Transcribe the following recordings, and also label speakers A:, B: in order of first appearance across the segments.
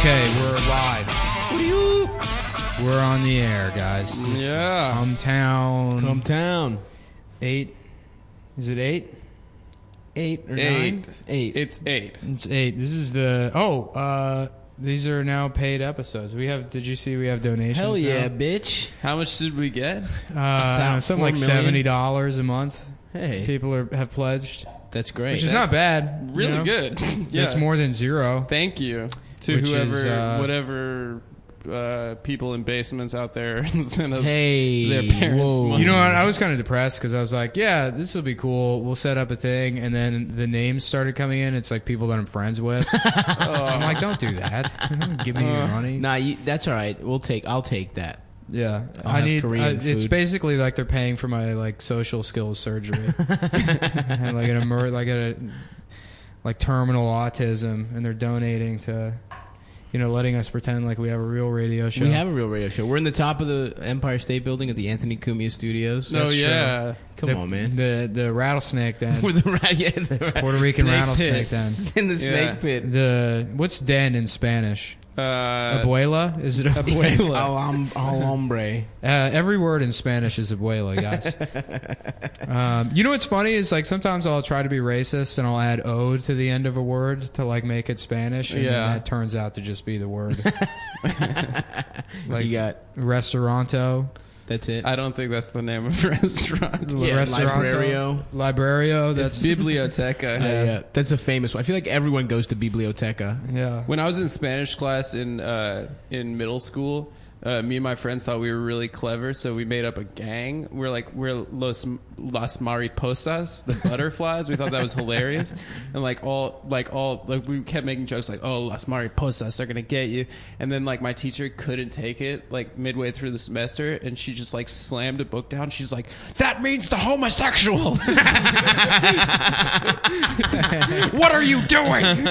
A: Okay, we're live. We're on the air, guys. This is
B: Yeah.
A: Hometown.
B: Come town.
A: eight. Is it eight? Eight or nine?
B: Eight. It's eight.
A: It's eight. This is the oh. uh These are now paid episodes. We have. Did you see? We have donations.
C: Hell
A: now?
C: yeah, bitch.
B: How much did we get?
A: Uh, I don't know,
C: About
A: something
C: four
A: like
C: million.
A: seventy dollars a month.
C: Hey.
A: People are have pledged,
C: That's great.
A: which is not bad. you
B: Really
A: know?
B: good. yeah.
A: It's more than zero.
B: Thank you to
A: Which is,
B: whoever,
A: uh,
B: whatever uh, people in basements out there sent us
C: Hey,
B: their parents'
C: whoa.
B: money.
A: You know what? I was kind of depressed because I was like, yeah, this will be cool. We'll set up a thing. And then the names started coming in. It's like people that I'm friends with. I'm like, don't do that. Don't Give me your
B: Uh,
A: money.
C: Nah, you, that's all right. We'll take. I'll take that.
A: yeah.
C: I'll
A: I
C: have
A: need,
C: Korean
A: I- it's
C: food.
A: basically like they're paying for my like social skills surgery. I had, like an emer- like a, like terminal autism and they're donating to, you know, letting us pretend like we have a real radio show.
C: We have a real radio show. We're in the top of the Empire State Building at the Anthony Cumia Studios.
B: No,
C: That's true.
B: Oh, yeah.
C: Come
A: the,
C: on, man.
A: The, the rattlesnake den.
C: With the, ra- yeah, the ra-
A: Puerto Rican
C: snake
A: rattlesnake
C: pit.
A: den.
C: in the
B: Yeah.
C: snake pit.
A: the, what's den in Spanish?
B: Uh,
A: Abuela? Is it
C: Al
A: abuela?
C: hom- al hombre.
A: uh, every word in Spanish is abuela, guys. um, you know what's funny is like sometimes I'll try to be racist and I'll add o to the end of a word to like make it Spanish, and then
B: Yeah.
A: that turns out to just be the word. like
C: you got.
A: restauranto,
C: That's it.
B: I don't think that's the name of the restaurant.
A: li-
C: Yeah,
A: restauranto,
C: librario.
A: librario. That's
B: Biblioteca.
C: Uh, yeah, that's a famous one. I feel like everyone goes to Biblioteca.
A: yeah.
B: When I was in Spanish class in uh, in middle school, uh, me and my friends thought we were really clever, so we made up a gang. We are like we're los las mariposas, the butterflies. we thought that was hilarious, and like all like all like we kept making jokes like oh las mariposas, they're gonna get you. And then like my teacher couldn't take it like midway through the semester, and she just like slammed a book down. She's like that means the homosexuals. what are you doing?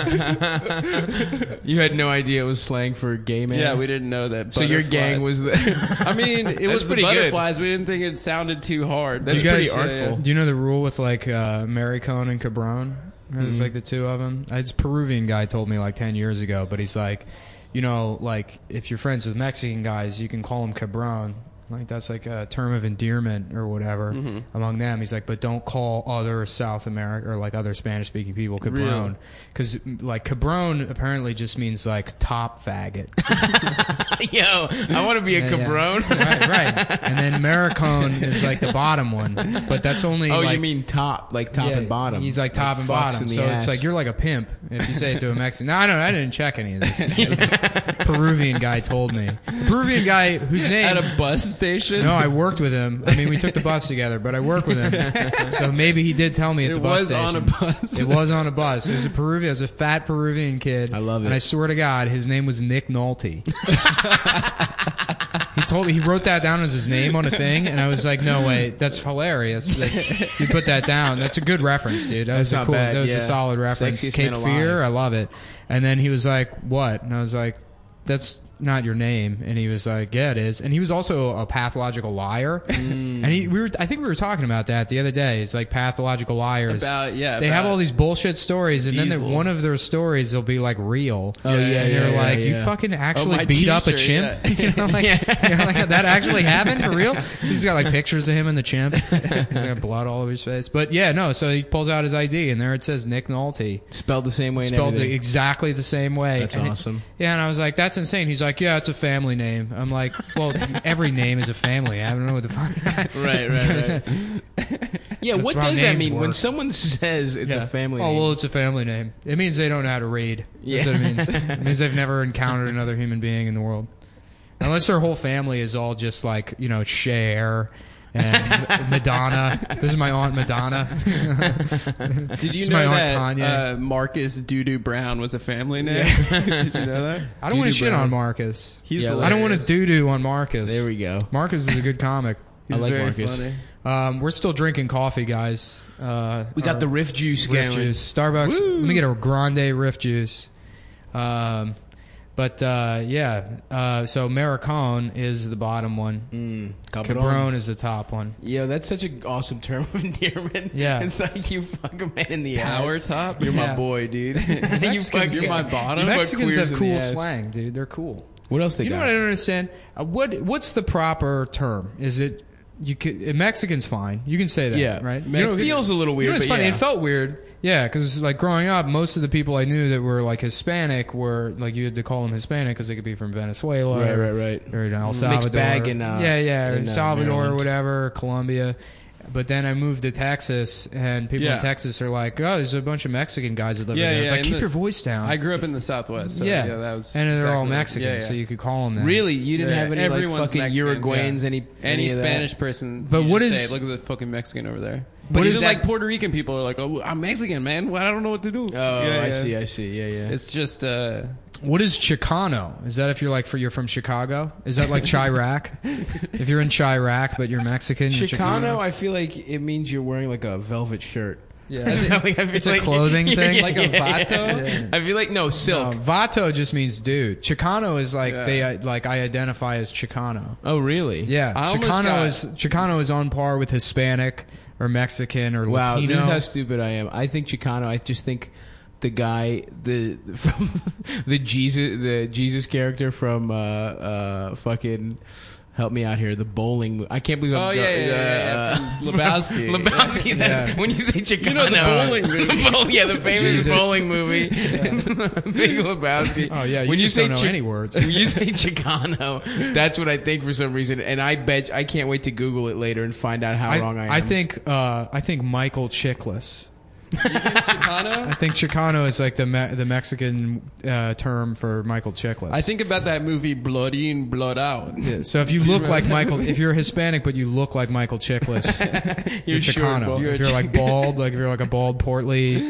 C: You had no idea it was slang for gay man.
B: Yeah, we didn't know that.
C: So your gang
B: butterflies-
C: was the.
B: I mean, it was the
C: pretty good.
B: butterflies. We didn't think it sounded too hard.
C: That's
A: Do you
C: pretty
A: guys-
C: artful.
A: Do you know the rule with like uh, Maricone and Cabron? It's
C: Mm-hmm.
A: like the two of them. This Peruvian guy told me like ten years ago, but he's like, you know, like if you're friends with Mexican guys, you can call them Cabron. Like that's like a term of endearment or whatever
C: Mm-hmm.
A: among them. He's like, but don't call other South America or like other Spanish speaking people Cabron, because like Cabron apparently just means like top faggot.
C: Yo, I want to be a
A: Yeah, yeah.
C: cabron.
A: right, right. And then Maricone is like the bottom one, but that's only
C: Oh,
A: like,
C: you mean top, like top
A: Yeah,
C: and bottom.
A: He's like top and
C: fucks
A: bottom.
C: in the
A: So it's
C: ass.
A: like you're like a pimp if you say it to a Mexican. no, I don't. I didn't check any of this. Peruvian guy told me. Peruvian guy whose name.
B: at a bus station.
A: no, I worked with him. I mean, we took the bus together, but I worked with him. So maybe he did tell me at
B: It
A: the bus
B: was on a
A: station.
B: bus.
A: It was on a bus. It was a Peruvian. It was a fat Peruvian kid.
C: I love it.
A: And I swear to God, his name was Nick Nolte. he told me he wrote that down as his name on a thing, and I was like, "No way, that's hilarious." That you put that down. That's a good reference, dude. That was a
C: not
A: cool.
C: bad,
A: That was a
C: yeah.
A: solid reference.
C: Sexiest
A: Cape
C: man
A: Fear,
C: alive.
A: I love it. And then he was like, "What?" And I was like, "That's." Not your name, and he was like, "Yeah, it is." And he was also a pathological liar,
C: Mm.
A: and he we were I think we were talking about that the other day. It's like pathological liars.
B: About- yeah,
A: they have
B: about-
A: all these bullshit stories, and then
B: Diesel.
A: they're- one of their stories will be like real.
C: Oh, yeah,
A: and you're
C: yeah,
A: like,
C: yeah,
A: you
C: yeah. Oh,
A: fucking actually
B: my
A: beat up a
B: t-shirt,
A: chimp. you know, like, you know, like, that actually happened for real. He's got like pictures of him and the chimp. He's got blood all over his face. But yeah, no. So he pulls out his ID, and there it says Nick Nolte.
C: spelled the same way. and
A: Spelled
C: everything.
A: it exactly the same way.
C: That's
A: And it-
C: awesome.
A: yeah, and I was like, "That's insane." He's like, "Yeah, it's a family name." I'm like, "Well, every name is a family. I don't know what the fuck."
B: Right, right, right.
C: Yeah,
A: That's
C: what
A: how
C: does that
A: names
C: mean when
A: work.
C: someone says it's
A: Yeah.
C: a family?
A: Oh
C: name?
A: well, it's a family name. It means they don't know how to read. That's
C: Yeah.
A: what it means. it means they've never encountered another human being in the world, unless their whole family is all just like you know Cher and Madonna. This is my aunt Madonna.
B: Did you
A: It's my
B: know
A: Aunt
B: that
A: Tanya.
B: uh, Marcus Doodoo Brown was a family name? Did you know that?
A: I don't want to
C: Doo-doo
A: shit
C: Brown.
A: on Marcus.
B: He's
C: Yeah,
A: I don't want to
B: hilarious.
A: doo doo on Marcus.
C: there we go.
A: Marcus is a good comic.
C: I like
B: very
C: Marcus.
B: funny.
A: Um, we're still drinking coffee, guys. Uh,
C: We got
A: our-
C: the riff juice
A: riff
C: going.
A: juice. Starbucks. Let me get a grande riff juice. Um, But uh, yeah, uh, so Maricon is the bottom
C: Mm,
A: one. Cabron is the top one.
D: Yo, that's such an awesome term of endearment.
A: Yeah.
D: It's like you fuck a man in the
B: Power
D: ass.
B: top?
D: You're
A: Yeah.
D: my boy, dude. you fuck,
B: you're my bottom, but
A: Mexicans
D: queers
A: have
D: in the
A: cool
D: ass.
A: slang, dude. They're cool.
D: What else they
A: You know
D: got?
A: what I don't understand? Uh, what What's the proper term? Is it you? Can, uh, Mexican's fine. You can say that,
D: Yeah.
A: right?
D: Mexican-
A: You know,
D: It feels a little
A: You
D: weird,
A: know, it's
D: but
A: funny.
D: yeah.
A: It felt weird. Yeah, because like growing up, most of the people I knew that were like Hispanic were like you had to call them Hispanic because they could be from Venezuela,
D: Right,
A: or-
D: right, right.
A: or you know, El
D: Mixed
A: Salvador,
D: bag in, uh,
A: yeah, yeah,
D: in, uh,
A: Salvador or
D: Maryland.
A: whatever, Colombia. But then I moved to Texas, and people
B: Yeah.
A: in Texas are like, "Oh, there's a bunch of Mexican guys that live
B: Yeah,
A: there." It's
B: yeah,
A: like,
B: in
A: keep
B: the-
A: your voice down.
B: I grew up in the Southwest, so yeah,
A: yeah.
B: that was.
A: and they're all
B: exactly-
A: Mexican,
B: yeah, yeah.
A: so you could call them that.
D: really? You didn't
B: Yeah,
D: have any like,
B: everyone's
D: fucking
B: Mexican,
D: Uruguayans,
B: yeah.
D: any
B: any,
D: of that?
B: Spanish person.
A: But
B: you
A: what
B: just
A: is-
B: say, look at the fucking Mexican over there.
A: But
B: But
A: is
B: it's
A: that-
B: like Puerto Rican people are like, oh, I'm Mexican, man. Well, I don't know what to do.
D: Oh,
B: Yeah,
D: I
B: yeah.
D: see. I see. Yeah, yeah.
B: It's just uh,
A: What is Chicano? Is that if you're like for you're from Chicago? Is that like Chirac? if you're in Chirac but you're Mexican, you're
D: Chicano, I feel like it means you're wearing like a velvet shirt.
B: Yeah.
D: That's how, like, I feel
A: a
D: like,
A: clothing thing? Like
B: a vato?
D: I feel like no
A: Uh,
D: silk.
A: Vato just means dude. Chicano is like
B: Yeah.
A: they uh, like I identify as Chicano.
D: Oh, really?
A: Yeah,
B: I almost
A: Chicano
B: got-
A: is Chicano is on par with Hispanic or Mexican or
D: Wow,
A: Latino.
D: this is how stupid I am. I think Chicano. I just think the guy, the from the Jesus, the Jesus character from uh, uh, fucking. Help me out here. The bowling. I can't believe. I'm
B: Oh,
D: go-
B: yeah, yeah, yeah, yeah,
D: uh,
B: from Lebowski.
D: Lebowski. That's,
A: Yeah.
D: When you say Chicano,
B: know, the bowling movie.
D: bowl- yeah, the famous
A: Jesus.
D: bowling movie. Big Lebowski.
A: oh yeah, you
D: when
A: just
D: you say
A: don't know
D: Chi-
A: any words.
D: when you say Chicano, that's what I think for some reason, and I bet I can't wait to Google it later and find out how
A: I,
D: wrong I am.
A: I think uh, I think Michael Chickless.
B: Chicano.
A: I think Chicano is like the me- the Mexican uh, term for Michael Chickless.
B: I think about that movie Blood In, Blood Out.
A: Yeah, So if you look like Michael, if you're Hispanic but you look like Michael Chickless, you're,
D: short,
A: Chicano.
D: bald.
A: if you're like bald, like if you're like a bald, portly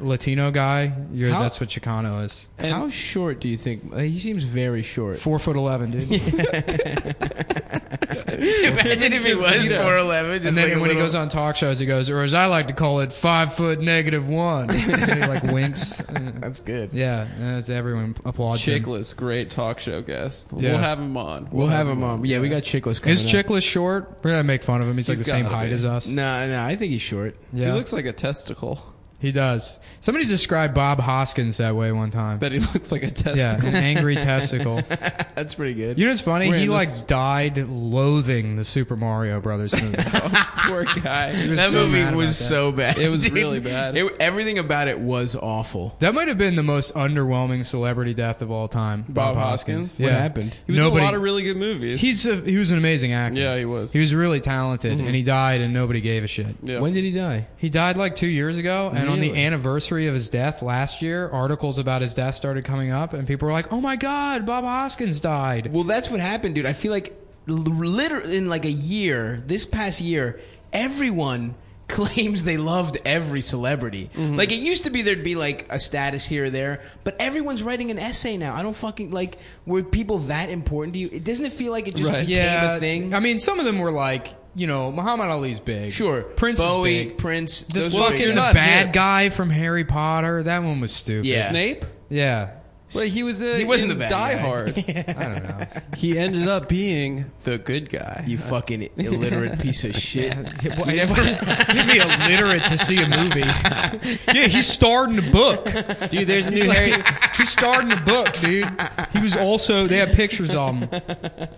A: Latino guy, you're
D: How-
A: that's what Chicano is.
D: How short do you think? uh, He seems very short.
A: Four foot eleven, dude.
D: Imagine if he was four eleven.
A: and then when he goes on talk shows, he goes, or as I like to call it, five foot negative one. and he like winks. Uh,
D: that's good.
A: Yeah, as everyone applauds him.
B: Chickless, great talk show guest.
A: Yeah.
B: We'll have him on.
D: We'll have him on. Yeah, we got Chickless coming.
A: Is Chickless short? We're gonna make fun of him. He's, like
B: He's
A: the same
B: gotta
A: height
B: be.
A: as us.
D: No, no, I think he's short.
A: Yeah,
B: He looks like a testicle.
A: he does. Somebody described Bob Hoskins that way one time.
B: But he looks like a testicle.
A: Yeah, an angry testicle.
D: That's pretty good.
A: You know what's funny?
B: We're
A: he
B: in
A: like
B: this-
A: died loathing the Super Mario Brothers movie.
B: Poor guy.
D: that
A: so mad
D: movie
A: about
D: was
A: that.
D: so bad.
B: It was
D: dude.
B: really bad.
D: It- everything about it was awful.
A: that might have been the most underwhelming celebrity death of all time.
B: Bob Hoskins?
A: Yeah.
D: What happened?
B: he was in
A: Nobody-
B: a lot of really good movies.
A: He's a, he was an amazing actor.
B: Yeah, he was. Mm-hmm.
A: He was really talented, and he died, and nobody gave a shit.
B: yeah.
D: When did he die?
A: He died like two years ago, and on the
D: Really?
A: anniversary of his death last year, articles about his death started coming up, and people were like, "Oh my God, Bob Hoskins died."
D: Well, that's what happened, dude. I feel like l- literally in like a year, this past year, everyone claims they loved every celebrity. Like it used to be there'd be like a status here or there, but everyone's writing an essay now. I don't fucking like were people that important to you? It doesn't it feel like it just
B: Right.
D: became a thing.
A: I mean, some of them were like, you know, Muhammad Ali's big,
D: sure.
A: Prince
D: Bowie,
A: is big.
D: Prince,
A: The
D: were
A: fucking
D: big.
A: the
B: not-
A: bad
B: yeah.
A: guy from Harry Potter. That one was stupid.
D: Yeah.
B: Snape?
A: Yeah.
B: Well, he was a
D: He wasn't the bad
B: Die
D: guy.
B: Hard.
A: I don't know.
B: he ended up being the good guy.
D: you fucking illiterate piece of shit.
A: Well, I never- You'd be illiterate to see a movie. Yeah, he starred in a book.
B: Dude, there's a
A: Dude, he, he starred in a book, dude. He was also they had pictures of him.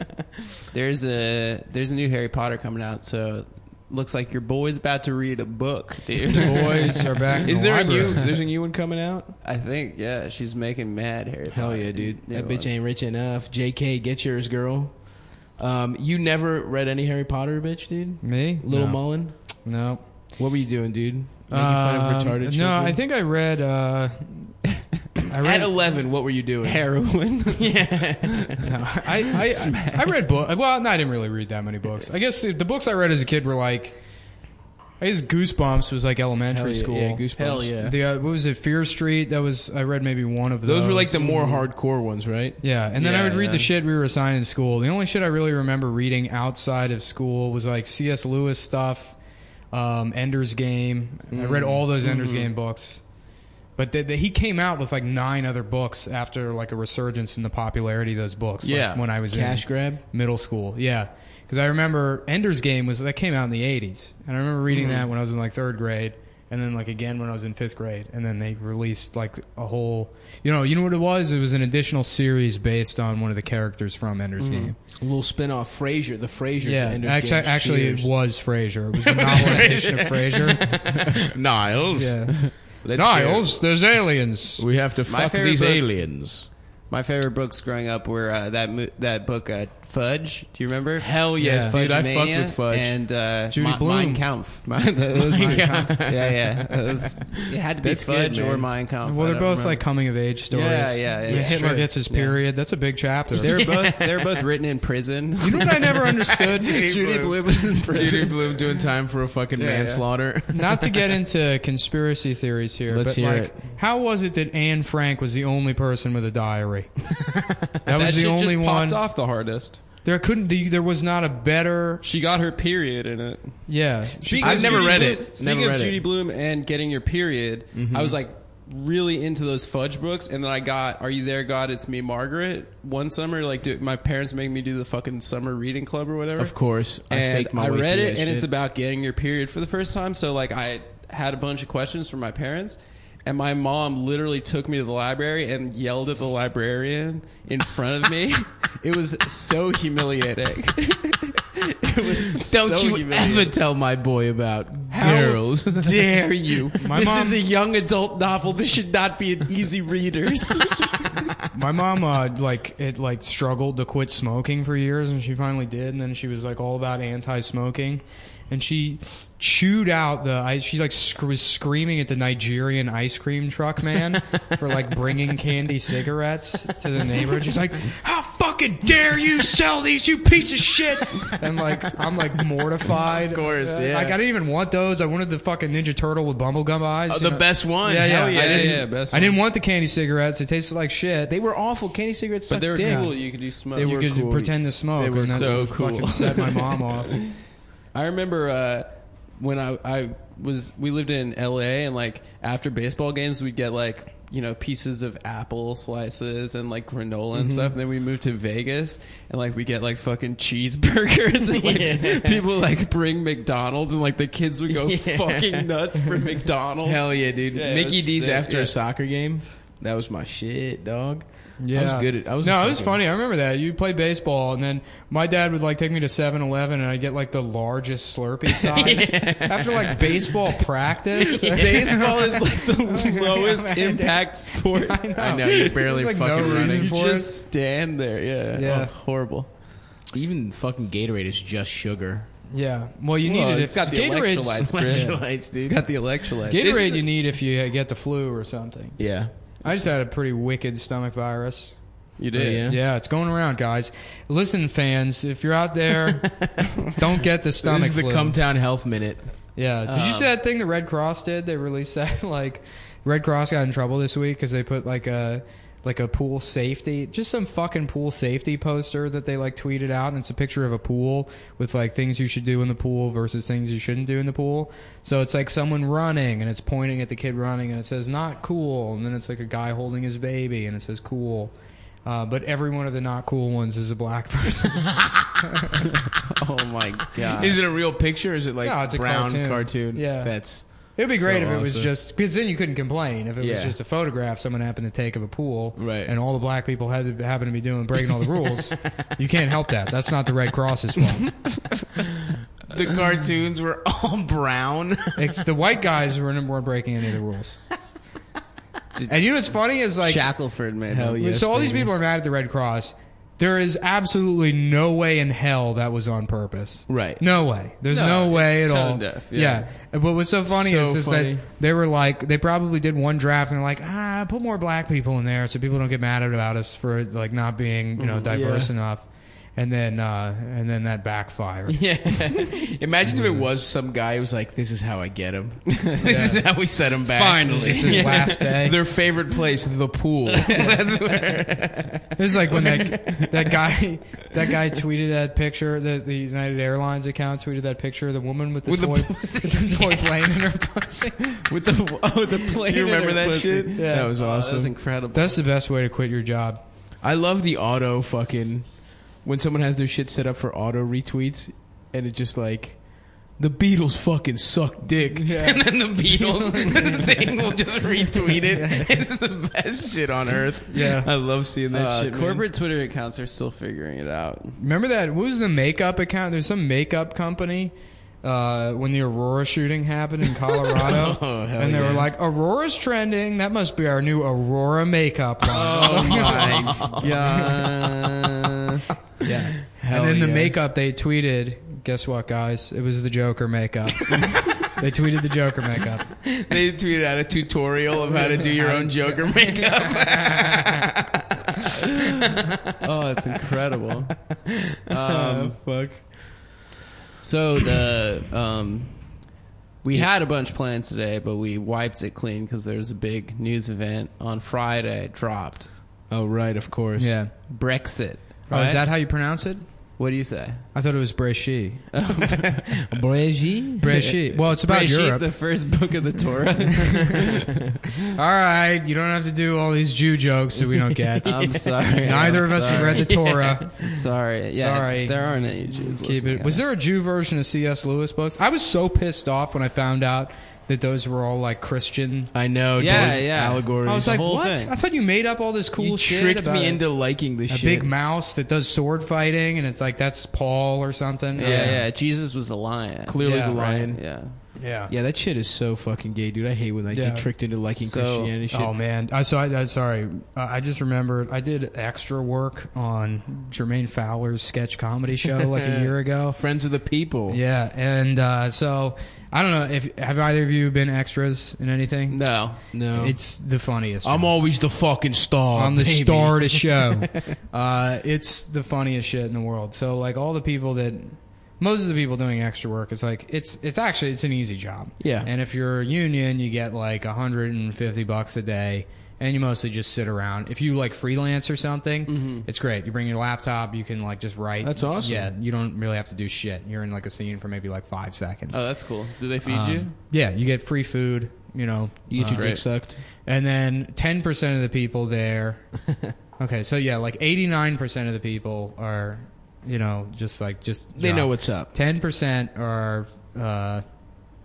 B: There's a there's a new Harry Potter coming out, so looks like your boy's about to read a book, dude.
A: Boys are back. in
D: Is
A: the
D: there a
A: library.
D: new there's a new one coming out?
B: I think yeah, she's making mad Harry.
D: Hell
B: Potter,
D: yeah, dude.
B: New
D: That bitch
B: ones.
D: ain't rich enough. JK, get yours, girl. Um, you never read any Harry Potter, bitch, dude?
A: me?
D: Little
A: no.
D: Mullen?
A: No.
D: What were you doing, dude? Making fun of
A: Um,
D: retarded
A: No,
D: children?
A: I think I read. Uh, I
D: At
A: read.
D: 11, what were you doing?
B: heroin.
A: no, I, I, I read books. Well, no, I didn't really read that many books. I guess the, the books I read as a kid were like. I guess Goosebumps was like
D: Hell
A: elementary
D: yeah,
A: school.
D: Yeah, goosebumps.
B: Hell yeah.
A: The, uh, what was it? Fear Street. That was I read maybe one of those.
D: Those were like the more hardcore ones, right?
A: Yeah, and then I
B: Yeah,
A: would read
B: yeah.
A: the shit we were assigned in school. The only shit I really remember reading outside of school was like C.S. Lewis
B: Mm. Mm-hmm.
A: stuff, um, Ender's Game. I read all those Ender's Game books. But the, the, he came out with like nine other books after like a resurgence in the popularity of those books. like,
B: Yeah.
A: when I was
C: Cash
A: in
C: grab?
A: middle school. Yeah, because I remember Ender's Game was that came out in the '80s, and I remember reading that when I was in like third grade, and then like again when I was in fifth grade, and then they released like a whole, you know, you know what it was? It was an additional series based on one of the characters from Ender's Game.
C: A little spin off, Frasier, the Frasier.
A: Yeah,
C: to Ender's
A: actually,
C: Game's
A: actually,
C: Cheers.
A: it was Frasier. It was a novelization of Frasier.
D: Niles.
A: Yeah.
D: Let's
A: Niles, there's aliens.
D: go. We have to
B: My
D: fuck
B: favorite
D: these
B: book-
D: aliens.
B: My favorite books growing up were uh, that mo- that book uh, Fudge. Do you remember?
D: Hell yes,
B: Fudge
D: dude, I fucked
B: Mania
D: with Fudge.
B: and uh,
A: Judy
B: Ma-
A: Blume.
B: Mein Kampf. Mein- that was- yeah, yeah. That was- it had to be
D: That's good,
B: Fudge or
D: man.
B: Mein Kampf.
A: Well,
B: I
A: they're
B: don't
A: both like coming of age stories.
B: Yeah, yeah, yeah, it's
A: Hitler
B: true.
A: gets his
B: Yeah.
A: period. That's a big chapter.
B: remember. they're both they're both written in prison.
A: you know what I never understood?
B: Judy Blume was in prison.
D: Judy Bloom doing time for a fucking
B: Yeah, yeah.
D: manslaughter.
A: Not to get into conspiracy theories here,
D: Let's
A: but
D: hear
A: like,
D: it.
A: how was it that Anne Frank was the only person with a diary? That was
B: That
A: the
B: shit
A: only
B: just
A: one.
B: popped off the hardest.
A: There couldn't. be- There was not a better.
B: She got her period in it.
A: Yeah.
B: Speaking
D: I've
B: of
D: never
B: Judy
D: read
B: Blume-
D: it.
B: Speaking of
D: Never read it. Mm-hmm.
B: Judy Bloom and getting your period, I was like really into those fudge books, and then I got "Are You There, God? It's Me, Margaret." One summer, like do, my parents make me do the fucking summer reading club or whatever.
D: Of course, I
B: and
D: faked my
B: I
D: way
B: read
D: through
B: it,
D: that
B: and it's
D: shit.
B: about getting your period for the first time. So like I had a bunch of questions from my parents. And my mom literally took me to the library and yelled at the librarian in front of me. it was so humiliating. it was
C: Don't
B: so
C: you
B: humiliating.
C: ever tell my boy about
D: Girls.
C: dare you?
A: My mom-
B: young adult novel. This should not be an easy readers.
A: My mom, uh, like, it like struggled to quit smoking for years, and she finally did. And then she was like all about anti-smoking, and she chewed out the. I, she like sc- was screaming at the Nigerian ice cream truck man for like bringing candy cigarettes to the neighborhood. She's like, "How fucking dare you sell these, you piece of shit!" And like, I'm like mortified. Of
D: course, yeah.
A: Like, I didn't even want those. I wanted the fucking Ninja Turtle with bumblegum eyes. you
C: the
A: know?
C: best one.
A: Yeah, yeah,
C: Hell
A: I didn't,
B: yeah, best
A: I didn't want the candy cigarettes. It tasted like shit.
C: They were awful. Candy cigarettes
B: but
C: sucked
B: they were
C: dick.
B: cool. You could do smoke.
A: you could pretend to smoke.
D: They were
A: and that's
D: so
A: what
D: cool.
A: Fucking set my mom off.
B: I remember uh, when I, I was we lived in L.A. and like after baseball games we'd get like you know pieces of apple slices and like granola and stuff. And then we moved to Vegas and like we get like fucking cheeseburgers and like
C: Yeah.
B: people like bring McDonald's and like the kids would go fucking nuts for McDonald's.
C: Hell yeah, dude!
B: Yeah, it
C: Mickey
B: was
C: D's
B: sick,
C: after
B: yeah.
C: a soccer game. That was my shit, dog.
A: Yeah,
C: I was good at. I was
A: no,
C: a
A: it was
C: fucking-
A: funny. I remember that you play baseball, and then my dad would like take me to 7-Eleven, and I get like the largest Slurpee size after like baseball practice.
B: Baseball is like the lowest Oh, impact sport.
A: I
D: know, you're barely
A: There's, like
D: fucking
A: no
D: running.
A: reason
B: You
A: for
B: just
A: it.
B: stand there. Yeah.
A: Yeah.
B: Oh, horrible.
C: Even fucking Gatorade is just sugar.
A: Yeah, well, you
B: Well,
A: needed
B: it's got the
A: Gatorade's-
B: electrolytes. Yeah.
C: Electrolytes,
B: It's
C: dude.
B: got the electrolytes.
A: Gatorade you need if you uh, get the flu or something.
C: yeah.
A: I just had a pretty wicked stomach virus.
B: you did.
C: Oh, yeah.
A: Yeah, it's going around, guys. Listen, fans, if you're out there, don't get the stomach
C: This is the
A: flu.
C: Cumtown Health Minute.
A: Yeah. Did you see that thing the Red Cross did? They released that like Red Cross got in trouble this week because they put like a like a pool safety, just some fucking pool safety poster that they like tweeted out, and it's a picture of a pool with like things you should do in the pool versus things you shouldn't do in the pool. So it's like someone running, and it's pointing at the kid running, and it says not cool, and then it's like a guy holding his baby, and it says cool. Uh, but every one of the not cool ones is a black person.
B: Oh my god.
C: Is it a real picture? Or is it like
A: Uh, No, it's a
C: brown
A: cartoon. Yeah.
C: that's
A: It would be great
C: So
A: if it was
C: awesome.
A: just because then you couldn't complain if it
C: Yeah.
A: was just a photograph someone happened to take of a pool,
C: Right.
A: And all the black people had to happen to be doing breaking all the rules. you can't help that. That's not the Red Cross's fault.
C: the cartoons were all brown.
A: It's the white guys who were weren't breaking any of the rules. and you know what's funny is like
B: Shackleford man?
C: Hell yeah. yes,
A: so all these people are mad at the Red Cross. There is absolutely no way in hell that was on purpose.
C: Right.
A: No way. There's no,
B: No,
A: way at
B: it's
A: all.
B: tone deaf,
A: yeah.
B: yeah.
A: But what's so funny
C: So
A: is, is
C: funny.
A: that they were like they probably did one draft and they're like ah put more black people in there so people don't get mad about us for like not being you know diverse
C: Yeah.
A: enough. and then uh, and then that backfired.
C: Yeah. Imagine if it was some guy who was like, "This is how I get him. this is how we set him back."
B: Finally.
A: This is his last day.
C: Their favorite place, the pool. That's where.
A: This is like when that that guy that guy tweeted that picture. The, the United Airlines account tweeted that picture of the woman with the
C: With the
A: toy, the toy plane in her pussy.
B: with the oh the plane.
C: You
B: in
C: remember
B: her
C: that
B: pussy.
C: shit?
B: Yeah.
D: That was
B: Oh,
D: awesome.
B: That was incredible.
A: That's the best way to quit your job.
D: I love the auto fucking when someone has their shit set up for auto retweets and it just like the Beatles fucking suck dick.
C: And then the Beatles thing will just retweet it. It's the best shit on earth.
A: Yeah.
D: I love seeing that
B: Uh,
D: shit. man.
B: corporate Twitter accounts are still figuring it out.
A: Remember that? What was the makeup account? There's some makeup company. Uh, when the Aurora shooting happened in Colorado,
D: Oh, hell
A: and they
D: yeah.
A: were like, "Aurora's trending. That must be our new Aurora makeup." line."
B: Oh my god!
A: yeah.
D: Hell
A: and then the
D: yes.
A: makeup they tweeted. Guess what, guys? It was the Joker makeup. they tweeted the Joker makeup.
C: They tweeted out a tutorial of how to do your own Joker makeup.
B: Oh, it's incredible. Um, fuck. So the um, we had a bunch planned today, but we wiped it clean because there's a big news event on Friday. Dropped
D: Oh right, of course.
A: Yeah.
B: Brexit.
A: Oh, is
B: right?
A: that how you pronounce it?
B: what do you say?
A: I thought it was Breshi.
B: Brexit.
A: Breshi. Well, it's about Europe.
B: the first book of the Torah.
A: all right, you don't have to do all these Jew jokes that we don't get.
B: I'm sorry.
A: Neither
B: I'm
A: of us have read the Torah.
B: sorry. Sorry. Yeah,
A: Sorry.
B: There aren't any Jews.
A: Keep it.
B: listening.
A: Was there a Jew version of C.S. Lewis books? I was so pissed off when I found out that those were all like Christian.
D: I know.
B: Yeah,
D: those
B: yeah.
D: Allegories.
A: I was
B: the
A: like,
B: whole
A: what?
B: thing.
A: I thought you made up all this cool
D: you
A: shit.
D: tricked
A: about
D: me into liking this
A: a
D: shit.
A: big mouse that does sword fighting, and it's like that's Paul or something.
B: Oh, Yeah, yeah. Jesus was a lion.
D: Clearly
A: Yeah,
D: the
A: right.
D: lion.
B: Yeah.
A: yeah.
D: Yeah, that shit is so fucking gay, dude. I hate when I
A: Yeah.
D: get tricked into liking
B: So-
D: Christianity shit.
A: Oh man, I saw. I, I sorry, uh, I just remembered. I did extra work on Jermaine Fowler's sketch comedy show like a year ago.
D: Friends of the people.
A: Yeah, and uh, so I don't know if have either of you been extras in anything.
B: No.
D: No.
A: It's the funniest.
D: I'm always the fucking star.
A: I'm the
D: baby.
A: star of the show. uh, it's the funniest shit in the world. So like all the people that most of the people doing extra work, it's like it's it's actually it's an easy job.
D: Yeah.
A: And if you're a union, you get like 150 bucks a day. And you mostly just sit around. If you like freelance or something, it's great. You bring your laptop, you can like just write.
D: That's awesome.
A: Yeah, you don't really have to do shit. You're in like a scene for maybe like five seconds.
B: Oh, that's cool. Do they feed
A: Um,
B: you?
A: Yeah, you get free food. You know,
D: You get
A: uh,
D: your
B: Great.
D: dick sucked.
A: and then 10% of the people there. Okay, so yeah, like 89% of the people are, you know, just like, just.
D: They know what's up.
A: 10% are, uh,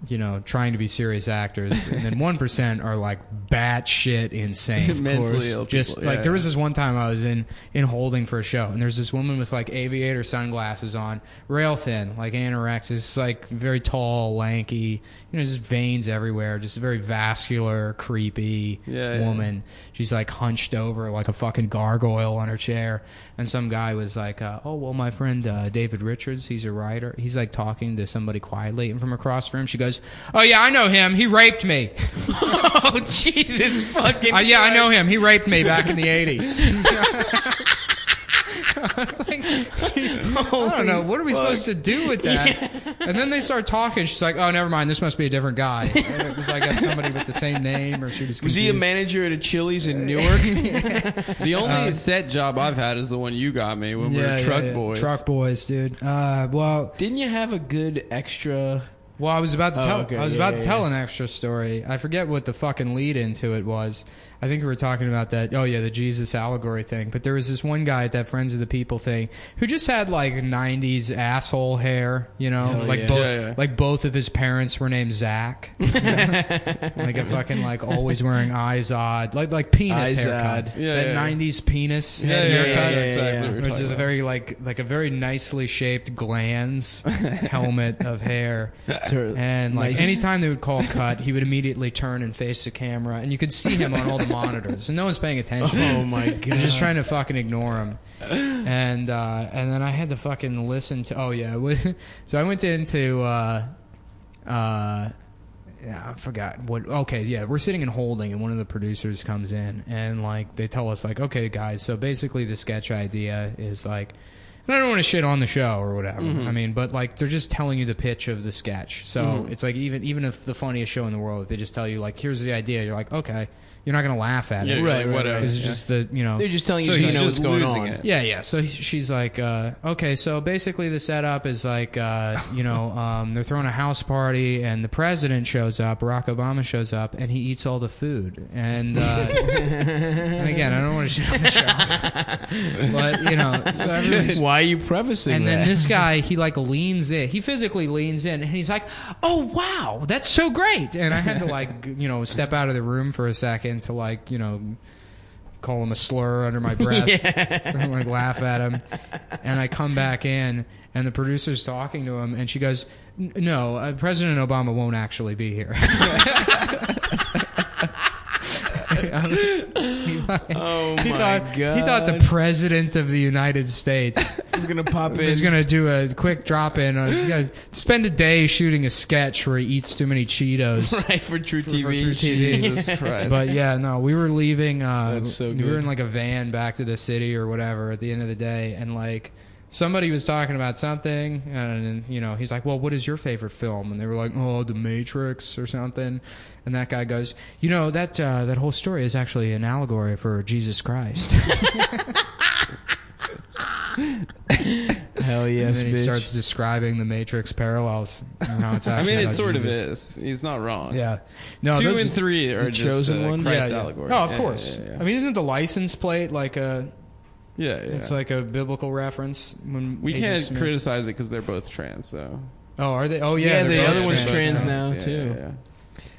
A: you know, trying to be serious actors. And then 1% are like batshit insane. of
B: Mentally
A: course.
B: ill
A: Just
B: people,
A: like
B: yeah.
A: there was this one time I was in, in holding for a show, and there's this woman with like aviator sunglasses on, rail thin, like anorexic, like very tall, lanky, you know, just veins everywhere, just very vascular, creepy
B: Yeah, yeah.
A: woman and she's like hunched over like a fucking gargoyle on her chair and some guy was like uh, oh well my friend uh, david richards he's a writer he's like talking to somebody quietly and from across the room she goes oh yeah i know him he raped me
C: oh Jesus fucking!
A: uh, yeah i know him he raped me back in the 80s I was like, I don't know. What are we supposed to do with that? And then they start talking. She's like, "Oh, never mind. This must be a different guy." And it was like uh, somebody with the same name, or she was.
C: Was he a
A: confused.
C: manager at a Chili's in Newark?
B: The only set job I've had is the one you got me when we were truck boys.
A: Truck boys, dude. Uh, well,
D: Didn't you have a good extra?
A: well, I was about to
D: Oh,
A: tell.
D: okay.
A: I was
D: Yeah,
A: about
D: yeah,
A: to tell an extra story. I forget what the fucking lead into it was. I think we were talking about that. Oh yeah, the Jesus allegory thing. But there was this one guy at that Friends of the People thing who just had like '90s asshole hair. You know,
D: Hell
A: like
D: yeah.
A: both
B: Yeah, yeah.
A: like both of his parents were named Zach. like a fucking like always wearing eyes odd, like like penis
D: Eyes
A: haircut.
D: odd.
B: Yeah,
A: that
B: yeah, yeah.
A: '90s penis
B: Yeah, yeah, yeah,
A: haircut.
B: yeah,
D: yeah,
B: exactly. what
D: yeah.
B: we were
A: which
B: talking
A: is a
B: about.
A: very like like a very nicely shaped glands helmet of hair and like
D: Nice.
A: anytime they would call cut he would immediately turn and face the camera and you could see him on all the monitors and no one's paying attention
D: Oh my god!
A: you're just trying to fucking ignore him and uh and then i had to fucking listen to oh yeah it was- so i went into uh uh yeah, I forgot what. Okay, yeah, we're sitting in holding, and one of the producers comes in, and like they tell us, like, okay, guys, so basically the sketch idea is like, And I don't want to shit on the show or whatever.
B: Mm-hmm.
A: I mean, but like they're just telling you the pitch of the sketch. So
B: Mm-hmm.
A: it's like even even if the funniest show in the world, if they just tell you like here's the idea, you're like okay, you're not gonna laugh at
B: Yeah,
A: it,
B: you're like, Right, right, whatever.
A: Because it's
B: yeah.
A: just the you know
D: They're just telling you
A: So
D: so you
A: he's
D: know
B: just
D: what's going
B: losing
D: on.
B: it.
A: yeah, yeah. So he- she's like, uh, okay, so basically the setup is like, uh, you know, um, they're throwing a house party and the president shows up, Barack Obama shows up, and he eats all the food. And, uh, and again, I don't want to shit on the show, but you know, so everybody's
D: Why are you prefacing
A: and
D: that?
A: then this guy, he like leans in. He physically leans in, and he's like, "Oh wow, that's so great!" And I had to like, g- you know, step out of the room for a second to like, you know, call him a slur under my breath, and, like laugh at him. And I come back in, and the producer's talking to him, and she goes, "N- "No, uh, President Obama won't actually be here."
D: oh my
A: he thought
D: god!
A: he thought the president of the United States
D: was gonna pop in.
A: He's gonna do a quick drop in. On, he's gonna spend a day shooting a sketch where he eats too many Cheetos.
D: right for True TV.
A: True TV.
B: Jesus Christ.
A: But yeah, no, we were leaving. Uh,
D: That's so
A: We were
D: good.
A: in like a van back to the city or whatever at the end of the day, and like somebody was talking about something, and, then, you know, he's like, "Well, what is your favorite film?" And they were like, "Oh, The Matrix or something," and that guy goes, "You know that uh, that whole story is actually an allegory for Jesus Christ."
D: Hell
A: and
D: yes,
A: then he
D: bitch.
A: starts describing the Matrix parallels. And how it's
B: I
A: actually
B: mean, it
A: about
B: sort
A: Jesus.
B: of is. He's not wrong.
A: Yeah. No,
B: Two
A: those-
B: and three are
D: The
B: just
D: chosen
B: uh,
D: one?
B: Christ
A: yeah, yeah.
B: allegory.
A: Oh, of
B: Yeah,
A: course.
B: Yeah, yeah,
A: I mean, isn't the license plate like a?
B: yeah, yeah.
A: It's like a biblical reference when
B: we
A: Agent
B: can't
A: Smith-
B: criticize it because they're both trans. So
A: Oh, are they? Oh, yeah.
D: Yeah,
A: they're
D: the
A: both
D: other one's trans now.
B: Yeah,
D: too.
B: Yeah,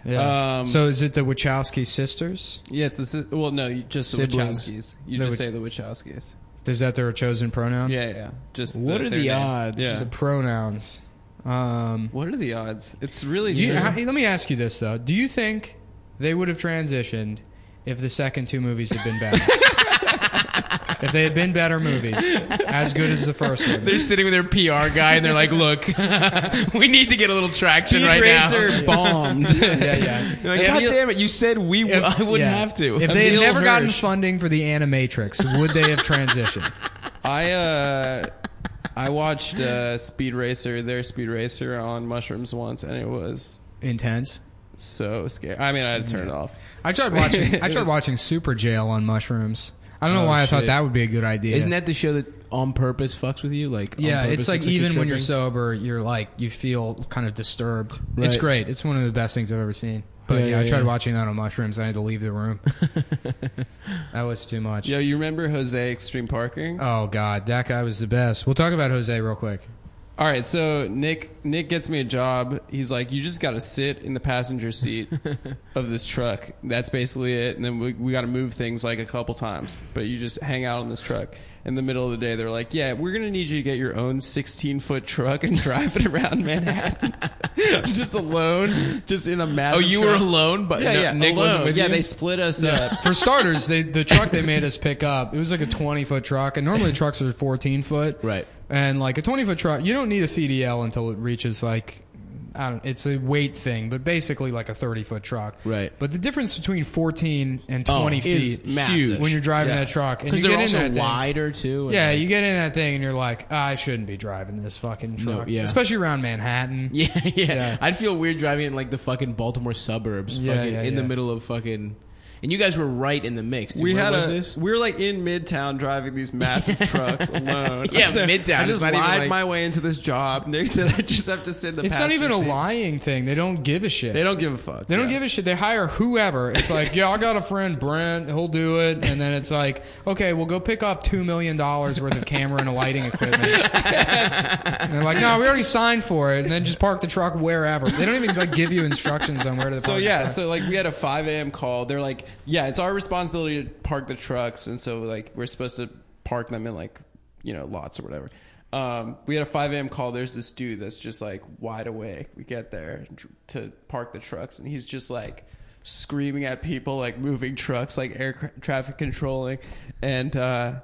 B: yeah.
A: Yeah.
B: Um,
A: so is it the Wachowski sisters?
B: Yes, this is well. No, you, just
D: Siblings.
B: the Wachowskis. You
A: The
B: just
A: Wach-
B: say the Wachowskis.
A: Is that their chosen pronoun?
B: Yeah, yeah. Just
D: What
B: the,
D: are
B: their
D: the
B: name.
D: odds?
A: The
B: Yeah.
A: pronouns. Um,
B: What are the odds? It's really
A: do you-
B: true.
A: I- let me ask you this though: Do you think they would have transitioned if the second two movies had been better? if they had been better movies, as good as the first one.
C: They're sitting with their PR guy and they're like, "Look, we need to get a little traction
B: Speed
C: right
B: Racer
C: now."
B: bombed.
A: yeah, yeah.
C: They're Like,
B: If
C: God
B: you-
C: damn it! You said we. W-
A: If-
C: I wouldn't
A: yeah.
C: have to.
A: If they had
B: Emil
A: never gotten
B: Hirsch.
A: funding for the Animatrix, would they have transitioned?
B: I uh, I watched uh, Speed Racer, their Speed Racer on mushrooms once, and it was
A: Intense.
B: so scary. I mean, I had to turn it off.
A: I tried watching. I tried watching Super Jail on mushrooms. I don't know
D: Oh,
A: why I thought
D: shit.
A: that would be a good idea.
D: Isn't that the show that on purpose fucks with you? Like on
A: Yeah,
D: purpose
A: it's like
D: looks
A: even when you're
D: tripping?
A: sober, you're like you feel kind of disturbed. It's
D: Right.
A: great. It's one of the best things I've ever seen. But yeah,
D: Yeah,
A: I
D: yeah,
A: tried
D: yeah.
A: watching that on mushrooms. and I had to leave the room. that was too much.
B: Yo, you remember Jose Extreme Parking?
A: Oh god, that guy was the best. We'll talk about Jose real quick.
B: All right, so Nick Nick gets me a job. He's like, you just got to sit in the passenger seat of this truck. That's basically it. And then we, we got to move things like a couple times, but you just hang out on this truck. In the middle of the day, they're like, yeah, we're gonna need you to get your own 16 foot truck and drive it around Manhattan. I'm just alone, just in a
C: oh,
B: massive.
C: you were
B: truck.
C: alone, but
B: Yeah,
C: no,
B: yeah,
C: Nick wasn't
B: alone.
C: with
B: yeah,
C: you.
B: they split us up.
A: For starters, they, the truck they made us pick up, it was like a 20 foot truck, and normally trucks are 14 foot.
D: Right.
A: And like a 20 foot truck, you don't need a CDL until it reaches like, I don't, it's a weight thing, but basically like a 30 foot truck.
D: Right. Oh,
A: But the difference between 14 and 20
D: is
A: feet
D: massive.
A: when you're driving
D: Yeah.
A: that truck. And
D: because
A: you
D: they're
A: get in
D: also
A: that thing-
D: wider too. and
A: Yeah,
D: like-
A: you get in that thing and you're like, I shouldn't be driving this fucking
D: No,
A: truck.
D: yeah.
A: Especially around Manhattan.
D: yeah, yeah,
A: Yeah.
D: I'd feel weird driving in like the fucking Baltimore suburbs,
A: Yeah,
D: fucking
A: yeah,
D: in the
A: yeah.
D: middle of fucking. And you guys were right in the mix. Dude.
B: We
D: Where
B: had
D: was
B: a
D: this?
B: we were like in Midtown driving these massive trucks alone.
D: Yeah, Midtown.
B: I
D: It's
B: just
D: not
B: lied
D: even like-
B: my way into this job. Nick said I just have to sit in the.
A: It's not even a
B: passenger seat.
A: lying thing. They don't give a shit.
B: They don't give a fuck.
A: They don't give a shit. They hire whoever. It's like, yeah, I got a friend, Brent. He'll do it. And then it's like, okay, we'll go pick up two million dollars worth of camera and lighting equipment. and they're like, no, we already signed for it. And then just park the truck wherever. They don't even like give you instructions on where to.
B: So
A: park
B: yeah,
A: the truck.
B: so like we had a 5 a.m. call. They're like, yeah, it's our responsibility to park the trucks, and so like we're supposed to park them in like you know lots or whatever. Um, we had a 5 a.m. call. There's this dude that's just like wide awake. We get there to park the trucks, and he's just like screaming at people, like moving trucks, like air tra- traffic controlling, and. uh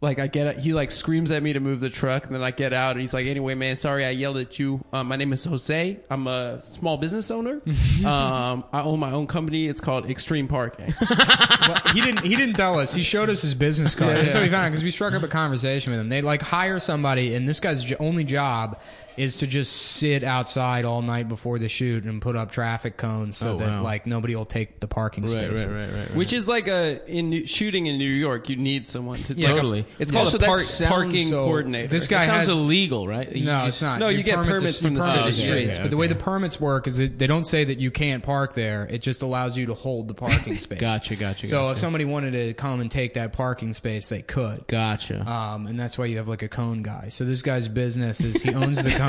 B: Like I get, he like screams at me to move the truck, and then I get out, and he's like, "Anyway, man, sorry I yelled at you. Um, my name is Jose. I'm a small business owner. um, I own my own company. It's called Extreme Parking.
A: Well, he didn't. He didn't tell us. He showed us his business card. That's how we found out because we struck up a conversation with him. They like hire somebody, and this guy's j- only job is to just sit outside all night before the shoot and put up traffic cones so
D: Oh,
A: that
D: wow.
A: like nobody will take the parking
D: Right,
A: space.
D: right, right, right.
B: Which is like a in New- shooting in New York, you need someone to
A: Yeah.
B: like a-
D: Totally.
B: it's
A: Yeah.
B: called
A: So
B: a
A: that
B: park,
A: sounds
B: parking
A: so-
B: coordinator.
A: this
D: It
A: guy
D: sounds
A: has-
D: illegal, right? You
A: No,
D: just-
A: it's not.
B: No, you get
A: permit the-
B: permits from the
A: permit
B: city.
D: Yeah,
A: streets.
D: yeah,
A: But the way
D: okay.
A: the permits work is that they don't say that you can't park there. It just allows you to hold the parking space.
D: Gotcha, gotcha,
A: So if
D: gotcha.
A: somebody wanted to come and take that parking space, they could.
D: Gotcha.
A: Um, and that's why you have like a cone guy. So this guy's business is he owns the cones.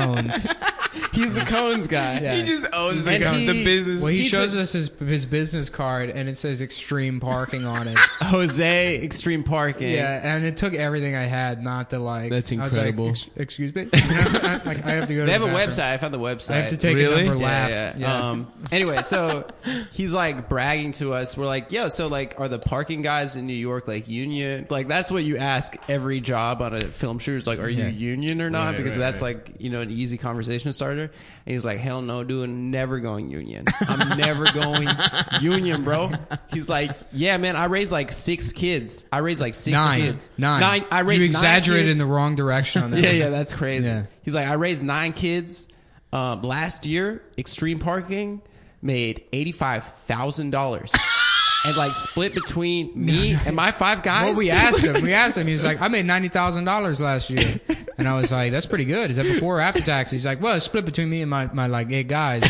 B: He's the cones guy.
A: Yeah.
C: He just owns the,
B: And
C: co-
B: he-
C: the business.
A: Well, he
B: He's
A: shows
B: a-
A: us his, his business card, and it says extreme parking on it.
B: Jose Extreme Parking.
A: yeah, and it took everything I had not to like.
D: That's
A: I was like,
D: incredible.
A: "Ex- excuse me. You know, like I have to go.
B: They
A: to
B: have
A: the
B: a
A: bathroom.
B: website. I found the website.
A: I have to take a
D: Really?
A: number
B: Yeah,
A: laugh.
B: yeah.
A: Yeah.
B: Um, anyway, so he's like bragging to us. We're like, yo, so like, are the parking guys in New York like union? Like, that's what you ask every job on a film shooter is like, are you
A: Yeah.
B: union or not?
D: Right,
B: because
D: right,
B: that's like, you know, an easy conversation starter. And he's like, hell no, dude, never going union. I'm never going union, bro. He's like, yeah, man, I raised like six kids. I raised like six
A: nine,
B: kids.
A: nine.
B: I raised
A: you
B: nine
A: exaggerated
B: kids.
A: in the wrong direction on that.
B: Yeah,
A: one.
B: yeah, that's crazy.
A: Yeah.
B: He's like, I raised nine kids um, last year. Extreme parking made eighty five thousand dollars, and like split between me and my five guys.
A: Well, we asked him. We asked him. He was like, "I made ninety thousand dollars last year," and I was like, "That's pretty good. Is that before or after tax?" He's like, "Well, it's split between me and my, my like eight guys."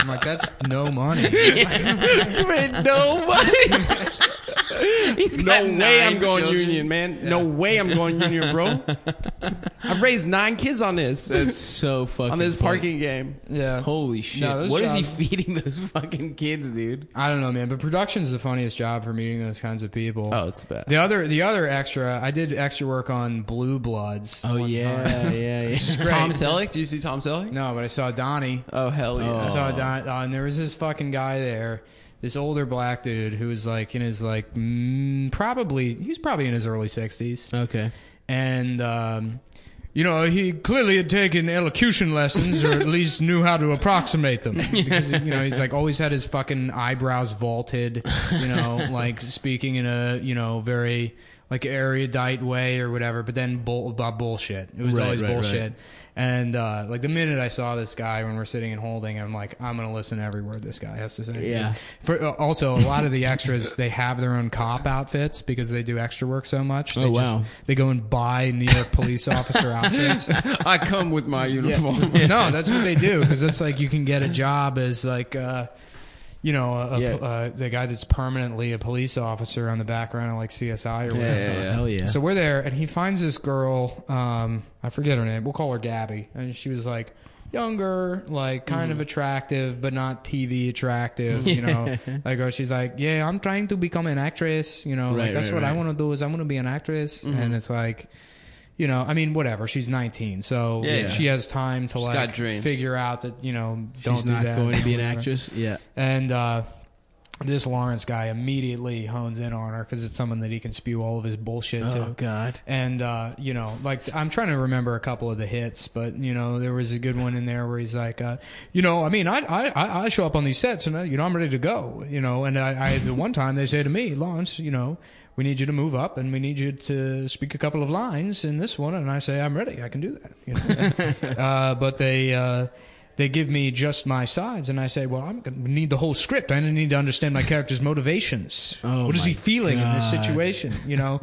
A: I'm like, "That's no money."
B: made no money.
C: He's
B: No
C: got
B: way
C: nine
B: I'm going
C: children.
B: union, man. No way I'm going union, bro. I've raised nine kids on this
D: That's so fucking.
B: on this
D: funny.
B: parking game.
A: Yeah.
D: Holy shit!
A: No, those
D: what is he
A: jobs-
D: feeding those fucking kids, dude?
A: I don't know, man. But production's the funniest job for meeting those kinds of people.
B: Oh, it's the best.
A: the other the other extra. I did extra work on Blue Bloods.
D: Oh yeah, yeah, yeah.
B: Tom Selleck. Do you see Tom Selleck?
A: No, but I saw Donnie.
B: Oh hell yeah.
A: I saw Don, uh, and there was this fucking guy there, this older black dude who was like in his like mm, probably he was probably in his early sixties,
D: Okay.
A: and um, you know he clearly had taken elocution lessons or at least knew how to approximate them because you know he's like always had his fucking eyebrows vaulted, you know, like speaking in a you know very like erudite way or whatever, but then bull, bu- bullshit. It was
D: Right,
A: always
D: right, right.
A: bullshit. And uh, like the minute I saw this guy when we're sitting and holding, I'm like, I'm gonna listen to every word this guy has to say.
D: Yeah.
A: For, uh, also, a lot of the extras they have their own cop outfits because they do extra work so much. They
D: Oh, wow.
A: They go and buy New York police officer outfits.
B: I come with my uniform.
A: No, that's what they do because that's like you can get a job as like. Uh, you know, a, a-
D: Yeah.
A: uh, the guy that's permanently a police officer on the background of like CSI or whatever.
B: Oh, yeah.
D: Hell yeah.
A: So we're there, and he finds this girl. Um, I forget her name. We'll call her Gabby. And she was like younger, like kind
D: Mm.
A: of attractive, but not TV attractive. You know, like oh, she's like, yeah, I'm trying to become an actress. You know, like
D: Right,
A: that's
D: right,
A: what I
D: right. Mm-hmm.
A: want to do is I want to be an actress. And it's like, you know, I mean, whatever. She's 19, so
B: Yeah, yeah.
A: she has time to like
B: got dreams.
A: figure out that you know don't
D: She's
A: do
D: not
A: that.
D: going to be an
A: Whatever.
D: actress. Yeah.
A: And uh, this Lawrence guy immediately hones in on her because it's someone that he can spew all of his bullshit
D: Oh,
A: to.
D: God.
A: And uh, you know, like I'm trying to remember a couple of the hits, but you know, there was a good one in there where he's like, uh, you know, I mean, I I- I I show up on these sets and uh, you know I'm ready to go, you know. And I, I the one time they say to me, Lawrence, you know, we need you to move up and we need you to speak a couple of lines in this one, and I say I'm ready, I can do that. You know? uh, but they. Uh, they give me just my sides, and I say, "Well, I'm going to need the whole script. I need to understand my character's motivations.
D: Oh
A: what is
D: my
A: he feeling in this
D: God.
A: situation? You know,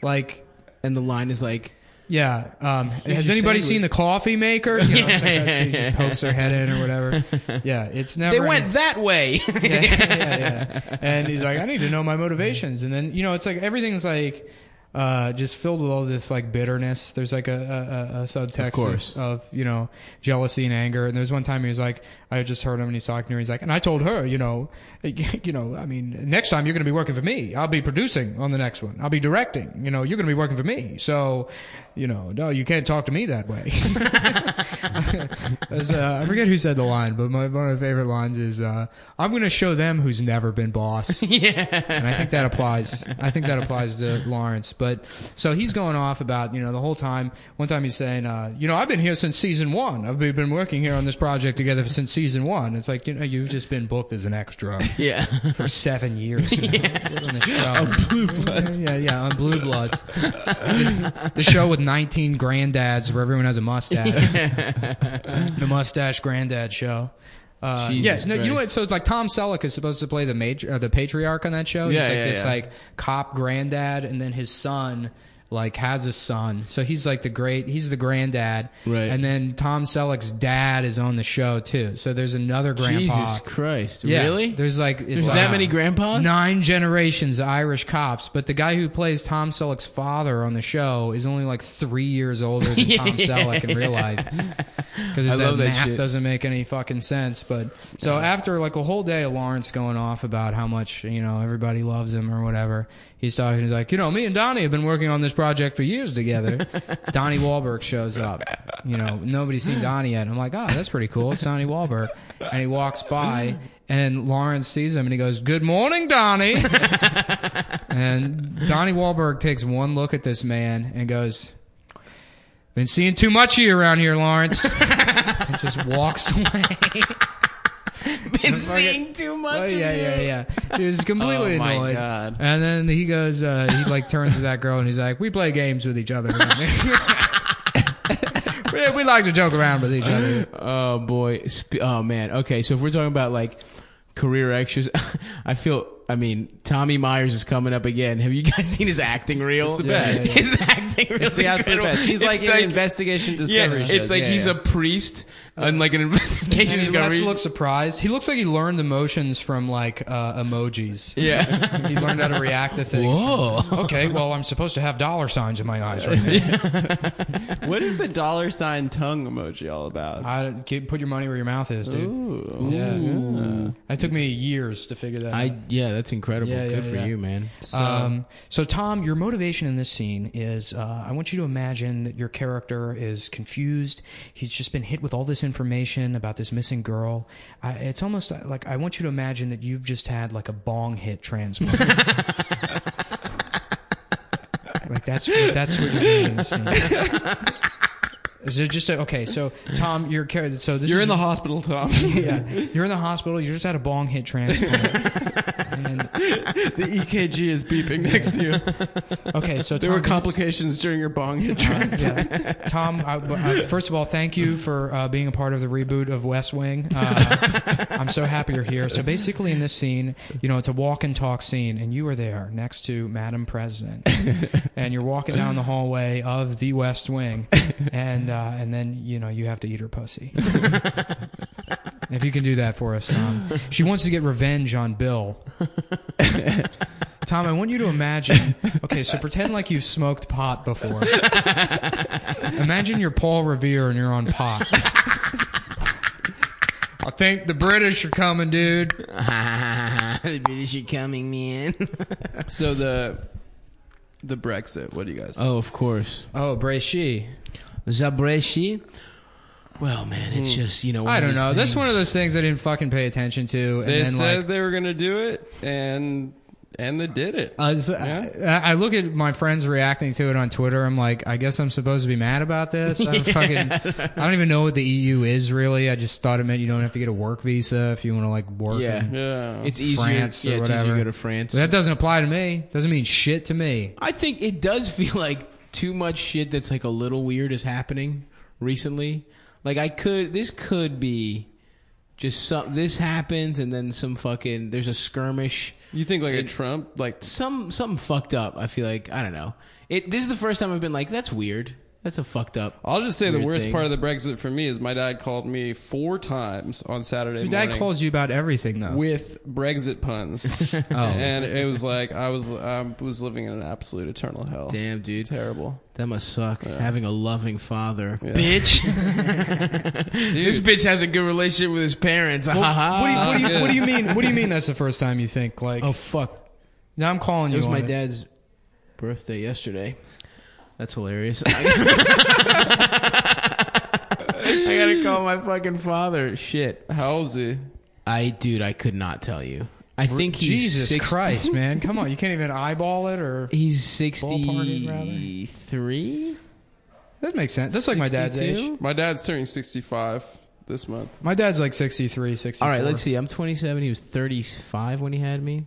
A: like
D: And the line is like,
A: yeah. Um, has
D: you
A: anybody
D: said
A: seen the coffee maker? You know, it's like
D: Yeah,
A: that, she just pokes her head in or whatever. Yeah, it's never.
C: They went that way.
A: yeah, yeah, yeah. And he's like, I need to know my motivations. And then you know, it's like everything's like. uh, just filled with all this like bitterness. There's like a, a, a- a subtext of,
D: course.
A: of, you know jealousy and anger. And there's one time he was like, I just heard him and he's talking to her. He's like, and I told her, you know, you know, I mean, next time you're going to be working for me. I'll be producing on the next one. I'll be directing. You know, you're going to be working for me. So, you know, no, you can't talk to me that way. That's, uh, I forget who said the line, but my, one of my favorite lines is, uh, "I'm going to show them who's never been boss." and I think that applies. I think that applies to Lawrence. But so he's going off about you know the whole time. One time he's saying, uh, you know, I've been here since season one. I've been been working here on this project together since season one. It's like you know you've just been booked as an extra
C: Yeah.
A: for seven years now. on the show. Blue Bloods. Yeah, yeah, on Blue Bloods. the, the show with 19 granddads where everyone has a mustache. the mustache granddad show. Uh,
B: Jesus
A: yeah, no, you know
B: Christ.
A: what? So it's like Tom Selleck is supposed to play the major, uh, the patriarch on that show.
B: Yeah,
A: he's like
B: yeah,
A: this
B: yeah.
A: like cop granddad, and then his son like has a son, so he's like the great, he's the granddad,
D: Right.
A: And then Tom Selleck's dad is on the show too, so there's another grandpa.
D: Jesus Christ.
A: Yeah,
D: Really?
A: There's like it's
D: There's
A: like-
D: that many grandpas?
A: Nine generations of Irish cops, but the guy who plays Tom Selleck's father on the show is only like three years older than Tom Selleck in real life. Because
D: I
A: that,
D: love that
A: math
D: shit.
A: doesn't make any fucking sense. But so after like a whole day of Lawrence going off about how much you know everybody loves him or whatever, he's talking. He's like, you know, me and Donnie have been working on this project for years together. Donnie Wahlberg shows up. You know, nobody's seen Donnie yet. I'm like, oh, that's pretty cool. It's Donnie Wahlberg, and he walks by. And Lawrence sees him and he goes, Good morning, Donnie. and Donnie Wahlberg takes one look at this man and goes, Been seeing too much of you around here, Lawrence. and just walks away.
C: Been seeing too much.
A: Oh,
C: of
A: yeah,
C: you.
A: yeah, yeah. He was completely
B: Oh, my
A: annoyed.
B: God.
A: And then he goes, uh, he like turns to that girl and he's like, "We play games with each other. we, we like to joke around with each other."
D: Oh boy. Sp- oh man. Okay. So if we're talking about like career extras, I feel. I mean, Tommy Myers is coming up again. Have you guys seen his acting reel? It's the
A: best. yeah,
C: His acting really
B: It's the absolute
C: good.
B: best. He's
D: It's
B: like,
D: like-
B: in investigation
D: Yeah,
B: discovery.
D: it's like he's a priest and like an investigation
A: And he lets
D: discovery.
A: look surprised. He looks like he learned emotions from like uh, emojis.
D: yeah.
A: he learned how to react to things. Okay, well, I'm supposed to have dollar signs in my eyes right now.
B: a. What is the dollar sign tongue emoji all about?
A: I, keep- put your money where your mouth is, dude.
B: Ooh.
A: Yeah. That took me years to figure that out.
D: I yeah, that's incredible.
A: Yeah,
D: Good
A: yeah,
D: for
A: yeah.
D: you, man.
A: So, um, so Tom, your motivation in this scene is uh, I want you to imagine that your character is confused. He's just been hit with all this information about this missing girl. I, it's almost like I want you to imagine that you've just had like a bong hit transplant. like that's what, that's what you're doing in this scene. Is there just a, okay? So Tom, your character. So this
B: You're
A: is
B: in the hospital, Tom.
A: yeah, you're in the hospital. You just had a bong hit transplant. and,
B: the EKG is beeping next to you.
A: okay, so
B: There
A: Tom,
B: were complications during your bong hit.
A: Uh, yeah. Tom, I, I- first of all, thank you for uh, being a part of the reboot of West Wing. Uh, I'm so happy you're here. So basically, in this scene, you know, it's a walk and talk scene, and you are there next to Madam President, and you're walking down the hallway of the West Wing, and uh, and then you know you have to eat her pussy. If you can do that for us, Tom. She wants to get revenge on Bill. Tom, I want you to imagine. Okay, so pretend like you've smoked pot before. Imagine you're Paul Revere and you're on pot. I think the British are coming, dude.
C: the British are coming, man.
B: So the the Brexit. What do you guys?
D: Oh, of course.
A: Oh, Brachy.
C: Zabreshi. Well, man, it's just you know.
A: I don't know. That's one of those things I didn't fucking pay attention to. And
B: they
A: then,
B: said
A: like,
B: they were gonna do it, and and they did it.
A: I, was- Uh, I, I look at my friends reacting to it on Twitter. I'm like, I guess I'm supposed to be mad about this. I don't fucking, I don't even know what the EU is really. I just thought it meant you don't have to get a work visa if you want to like work.
D: Yeah.
A: in-
B: yeah.
D: It's easier.
A: France or
D: yeah, it's easier
A: whatever.
D: to go to France.
A: That doesn't apply to me. Doesn't mean shit to me.
D: I think it does feel like too much shit that's like a little weird is happening recently. Like I could this could be just some this happens and then some fucking there's a skirmish
B: you think like a Trump like
D: some something fucked up. I feel like I don't know. It this is the first time I've been like that's weird. That's a fucked up.
C: I'll just say the
D: Weird
C: worst
D: thing.
C: part of the Brexit for me is my dad called me four times on Saturday
A: Your
C: morning.
A: dad calls you Oh. about everything though.
C: with Brexit puns, and it was like I was I was living in an absolute eternal hell.
D: Damn, dude.
C: Terrible.
D: That must suck. Having a loving father.
C: Yeah.
B: Bitch. this bitch has a good relationship with his parents.
A: Well,
B: Haha.
D: Ah.
A: what, do you, what, do you, what do you mean? What do you mean? That's the first time you think like?
D: Oh fuck!
A: now I'm calling
D: It
A: you.
D: was
A: on
D: my dad's birthday yesterday. That's hilarious. I gotta call my fucking father. Shit.
C: How old is he?
D: I dude, I could not tell you. I think he's
A: Jesus
D: 60
A: Christ, man! Come on, you can't even eyeball it, or
D: He's
A: Ballparking, rather.
D: sixty-three.
A: that makes sense. That's like my dad's age.
D: 62?
C: My dad's turning sixty-five this month.
A: My dad's like 63, 64.
D: All right, let's see. I'm 27. He was 35 when he had me.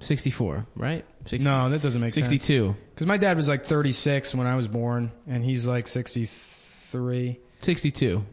D: 64, right? 60,
A: No, that doesn't make sense.
D: 62.
A: Because my dad was like 36 when I was born, and he's like 63.
D: 62.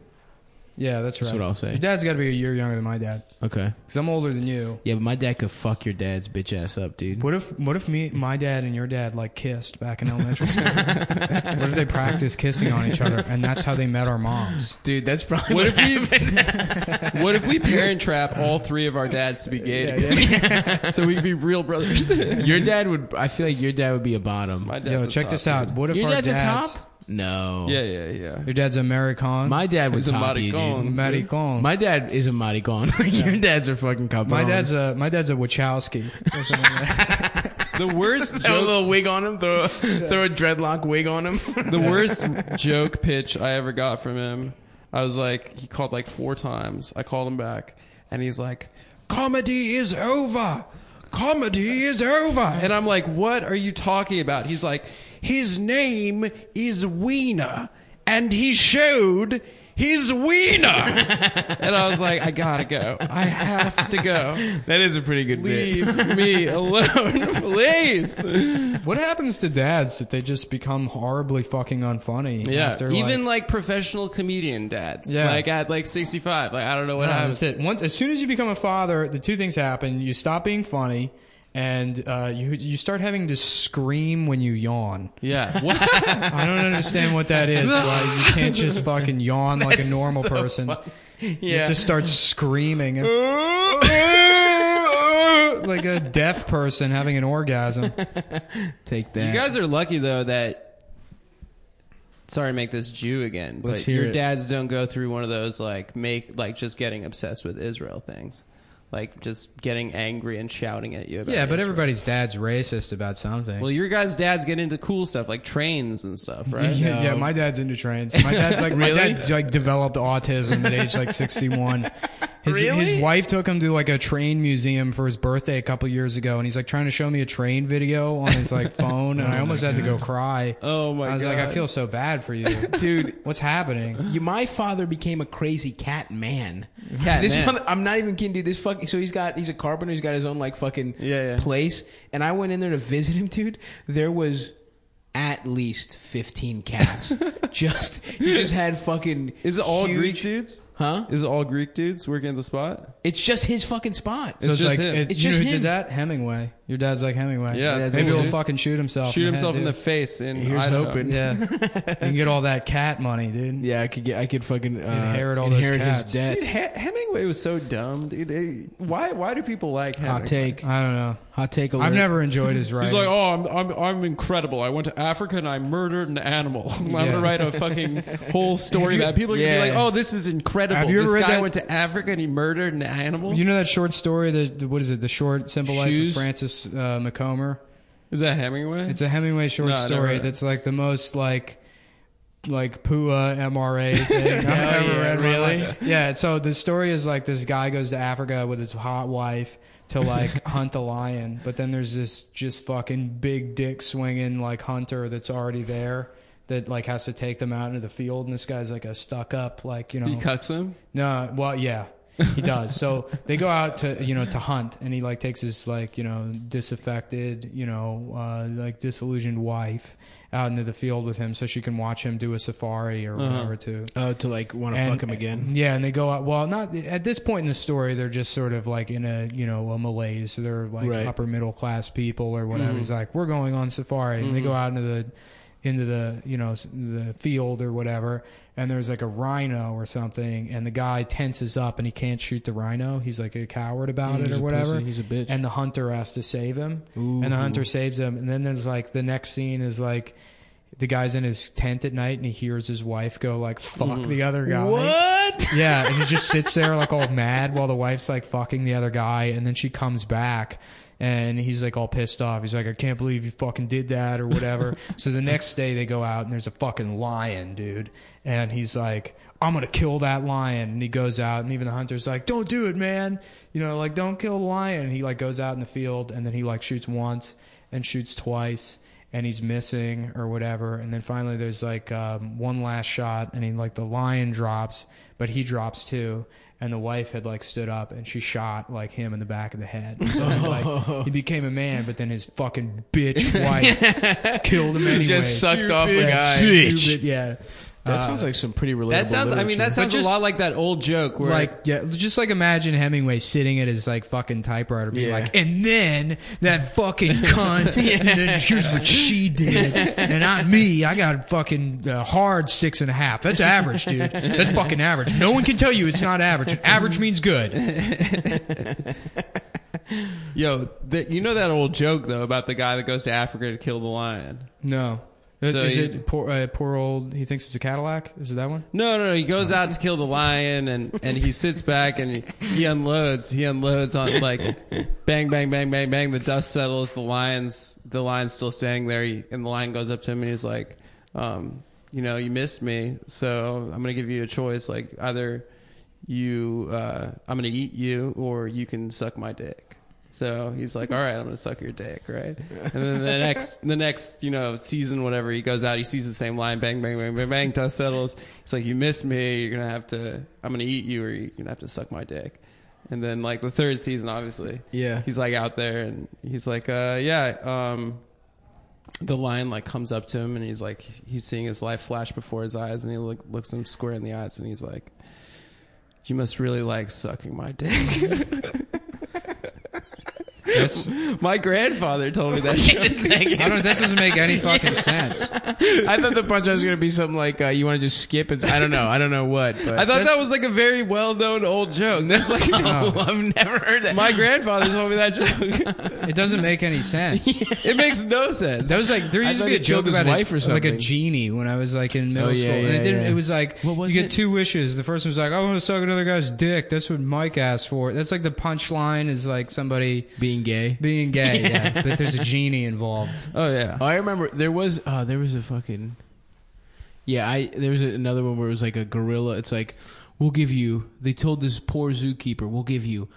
A: Yeah, that's right.
D: That's what I'll say.
A: Your dad's got to be a year younger than my dad
D: Okay.
A: because I'm older than you.
D: Yeah, but my dad could fuck your dad's bitch ass up, dude.
A: What if what if me my dad and your dad like kissed back in elementary school? what if they practiced kissing on each other and that's how they met our moms?
D: Dude, that's probably
C: What if we What if we parent trap all three of our dads to be gay? together? so we could be real brothers.
D: your dad would. I feel like your dad would be a bottom.
C: My dad's
A: Yo,
C: a
A: check
C: top
A: this
C: dude.
A: out. What if
D: your
A: our
D: dad's
A: dads,
D: a top? No.
C: Yeah, yeah, yeah.
A: Your dad's American.
D: My dad was
C: He's a
D: top you,
C: maricon.
D: dude.
A: Maricon.
D: My dad is a maricon. your dad's a fucking cop.
A: My dad's a my dad's a Wachowski. Or something like that.
C: The worst
D: throw a
C: joke,
D: little wig on him. Throw a, throw a dreadlock wig on him.
C: the worst joke pitch I ever got from him. I was like, he called like four times. I called him back, and he's like, "Comedy is over. Comedy is over." And I'm like, "What are you talking about?" He's like, "His name is Wiener, and he showed." His wiener, and I was like, I gotta go. I have to go.
D: that is a pretty good bit.
C: Leave me alone, please.
A: what happens to dads that they just become horribly fucking unfunny?
C: Yeah,
A: after,
C: even like, professional comedian dads.
A: Yeah.
C: like at like sixty five. Like I don't know what
A: No,
C: happens.
A: Uh, that's it. Once, as soon as you become a father, the two things happen: you stop being funny, and uh, you you start having to scream when you yawn.
C: Yeah, what?
A: I don't understand what that is. Why you can't just fucking yawn like a normal person? You have to start screaming and- like a deaf person having an orgasm.
D: Take that.
C: you guys are lucky though that. Sorry to make this Jew again, but
D: Let's hear
C: your
D: it.
C: dads don't go through one of those like make like just getting obsessed with Israel things, like just getting angry and shouting at you. About
A: Yeah, but
C: Israel.
A: everybody's dad's racist about something.
C: Well, your guys' dads get into cool stuff like trains and stuff, right?
A: yeah, yeah, my dad's into trains. My dad's like my dad like developed autism at age like sixty one. His his wife took him to like a train museum for his birthday a couple years ago, and he's like trying to show me a train video on his like phone, and I almost had to go cry.
C: Oh, my
A: I was like, I
C: God.
A: feel so bad for you,
D: Dude.
A: What's happening?
D: You, my father became a crazy cat man.
C: Cat
D: this
C: man.
D: mother- I'm not even kidding, dude. This fucking so he's got he's a carpenter. He's got his own like fucking
C: Yeah, yeah.
D: place. And I went in there to visit him, dude. There was at least 15 cats. just he just had fucking.
C: Is it all
D: huge-
C: Greek dudes?
D: Huh?
C: Is it all Greek dudes working at the spot?
D: It's just his fucking spot.
A: So it's, like
C: just him.
A: it-
D: It's
A: you know
D: just
A: who
D: him.
A: did that? Hemingway. Your dad's like Hemingway.
C: Yeah, it's
A: maybe
C: cool,
A: he'll
C: dude.
A: fucking shoot himself.
C: Shoot
A: in the
C: himself
A: head,
C: in the
A: dude.
C: face in
D: Here's
C: Idaho.
D: hoping.
A: Yeah, you can get all that cat money, dude.
D: yeah, I could get I could fucking uh,
A: Inherit all those
D: inherit
A: cats.
D: his debt.
C: Dude, He- Hemingway was so dumb. Dude. They- Why? Why do people like
D: Hot
C: Hemingway?
D: take.
A: I don't know.
D: Hot take. Alert.
A: I've never enjoyed his writing.
C: He's like, oh, I'm, I'm, I'm incredible. I went to Africa and I murdered an animal. I'm gonna write a fucking whole story about. it. People are gonna
D: Yeah.
C: be like, oh, this is incredible.
A: Have you ever
C: this
A: read
C: guy
A: that-
C: went to Africa and he murdered an animal.
A: You know that short story, the, the what is it? The short simple life of
C: Shoes?
A: Francis uh, McComber.
C: is that Hemingway?
A: It's a Hemingway short
C: No, I never
A: story
C: read it.
A: that's like the most like like PUA MRA thing I've ever
C: Oh,
D: yeah,
A: read. in my
D: really?
A: life. Yeah. So the story is like this guy goes to Africa with his hot wife to like hunt a lion, but then there's this just fucking big dick swinging like hunter that's already there. That like has to take them out into the field, and this guy's like a stuck up, like you know,
C: he cucks him.
A: no, well, yeah, he does. so they go out to you know to hunt, and he like takes his like you know disaffected, you know, uh, like disillusioned wife out into the field with him, so she can watch him do a safari or whatever too.
D: Oh, to like want to
A: And-
D: fuck him again.
A: Yeah, and they go out. Well, not at this point in the story, they're just sort of like in a you know a malaise. They're like
D: Right. Mm-hmm.
A: upper middle class people or whatever. He's like, we're going on safari, and they go out into the into the you know s- the field or whatever, and there's like a rhino or something, and the guy tenses up and he can't shoot the rhino. He's like a coward about it
D: he's
A: or
D: a
A: whatever.
D: pussy. He's a bitch.
A: And the hunter has to save him, and the hunter saves him, and then there's like the next scene is like. The guy's in his tent at night and he hears his wife go like fuck the other guy.
C: What?
A: Yeah, and he just sits there like all mad while the wife's like fucking the other guy, and then she comes back and he's like all pissed off. He's like, I can't believe you fucking did that or whatever. so the next day they go out and there's a fucking lion, dude, and he's like, I'm gonna kill that lion. And he goes out, and even the hunter's like, Don't do it, man. You know, like don't kill the lion. And he like goes out in the field, and then he like shoots once and shoots twice and he's missing or whatever. And then finally, there's like um, one last shot, and he like the lion drops, but he drops too. And the wife had like stood up and she shot like him in the back of the head. So like he became a man, but then his fucking bitch wife killed him anyway.
C: Just sucked off a
A: Yeah,
C: guy.
A: stupid, yeah.
D: That sounds like some pretty relatable.
B: That sounds. I mean, that sounds
A: just-
B: a lot like that old joke where
A: Like yeah, just like imagine Hemingway sitting at his like fucking typewriter, being
D: Yeah.
A: like, and then that fucking cunt, and then here's what she did, and not me. I got fucking uh, hard six and a half. That's average, dude. That's fucking average. No one can tell you it's not average. Average means good.
B: Yo, th- you know that old joke though about the guy that goes to Africa to kill the lion.
A: No,
B: So
A: is
B: he's-
A: it poor, uh, poor old? He thinks it's a Cadillac. Is it that one?
B: No, no, no. He goes out to kill the lion, and and he sits back and he, he unloads. He unloads on like, bang, bang, bang, bang, bang. The dust settles. The lion's the lion's still standing there, he, and the lion goes up to him and he's like, um, you know, you missed me, so I'm gonna give you a choice. Like either you, uh, I'm gonna eat you, or you can suck my dick. So he's like, "All right, I'm gonna suck your dick, right?" And then the next, the next, you know, season, whatever, he goes out, he sees the same line, bang, bang, bang, bang, bang, dust settles. He's like, "You missed me. You're gonna have to. I'm gonna eat you, or you're gonna have to suck my dick." And then, like the third season, obviously,
D: Yeah.
B: he's like out there, and he's like, uh, "Yeah." Um, the lion like comes up to him, and he's like, he's seeing his life flash before his eyes, and he look, looks him square in the eyes, and he's like, "You must really like sucking my dick."
A: That's,
B: My grandfather told me that. joke.
A: I don't. That doesn't make any fucking sense.
D: I thought the punchline was gonna be something like, uh, "You want to just skip?" It's, I don't know. I don't know what. But
B: I thought that was like a very well-known old joke. That's like
A: No.
C: I've never heard that.
B: my grandfather told me that joke.
A: It doesn't make any sense.
B: It makes no sense.
A: That was like there
D: I
A: used to
D: thought
A: be a
D: he
A: joke
D: killed his
A: about a,
D: wife or
A: like a
D: something.
A: genie when I was like in middle
D: Oh, yeah,
A: school. and
D: yeah,
A: it didn't.
D: yeah.
A: It was like
D: What was
A: you get
D: it?
A: two wishes. The first one was like I want to suck another guy's dick. That's what Mike asked for. That's like the punchline is like somebody
D: being gay.
A: being gay, yeah. but there's a genie involved.
B: oh yeah.
D: Oh, I remember there was uh, there was a fucking yeah. I there was a, another one where it was like a gorilla. It's like we'll give you. They told this poor zookeeper, we'll give you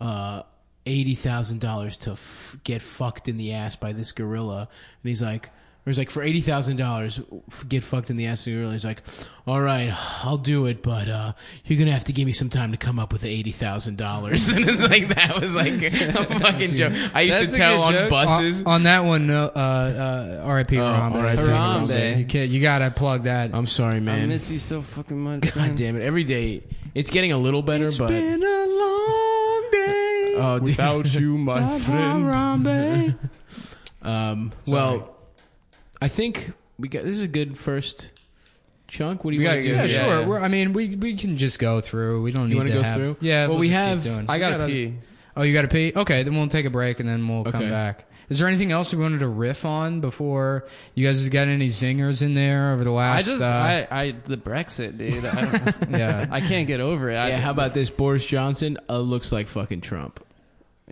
D: uh, eighty thousand dollars to f- get fucked in the ass by this gorilla, and he's like. Or he's like, for eighty thousand dollars, get fucked in the ass. of the gorilla. He's like, all right, I'll do it, but uh, you're gonna have to give me some time to come up with the eighty thousand dollars. And it's like that was like a fucking joke. I used
B: That's a
D: to tell
B: good
D: on
B: joke.
D: buses.
A: On, on that one, no, uh, uh, R.I.P.
D: Oh,
A: Harambe.
D: R.I.P.
B: Harambe.
A: You can't. You gotta plug that.
D: I'm sorry, man.
B: I miss you so fucking much.
D: God damn it! Every day, it's getting a little better, but
B: a long day
D: oh, dude.
B: without you, my friend.
D: Harambe. um. Well, I think we got this is a good first chunk. What do you
B: We
D: want to
B: gotta
D: do?
A: yeah,
B: yeah,
A: sure.
B: yeah.
A: We're, I mean, we we can just go through. We don't
D: You
A: need
D: wanna
A: to
D: go
A: have-
D: through?
A: Yeah,
D: Well,
A: we'll
D: we
A: just keep
D: have-
A: doing.
B: I gotta
A: We
B: pee.
A: Oh, you got to pee? Okay, then we'll take a break and then we'll come
D: Okay.
A: back. Is there anything else you wanted to riff on before you guys got any zingers in there over the
B: I
A: last?
B: just,
A: uh,
B: I, I, the Brexit, dude. I, don't,
A: yeah,
B: I can't get over it. I,
D: Yeah. How about this? Boris Johnson uh, looks like fucking Trump.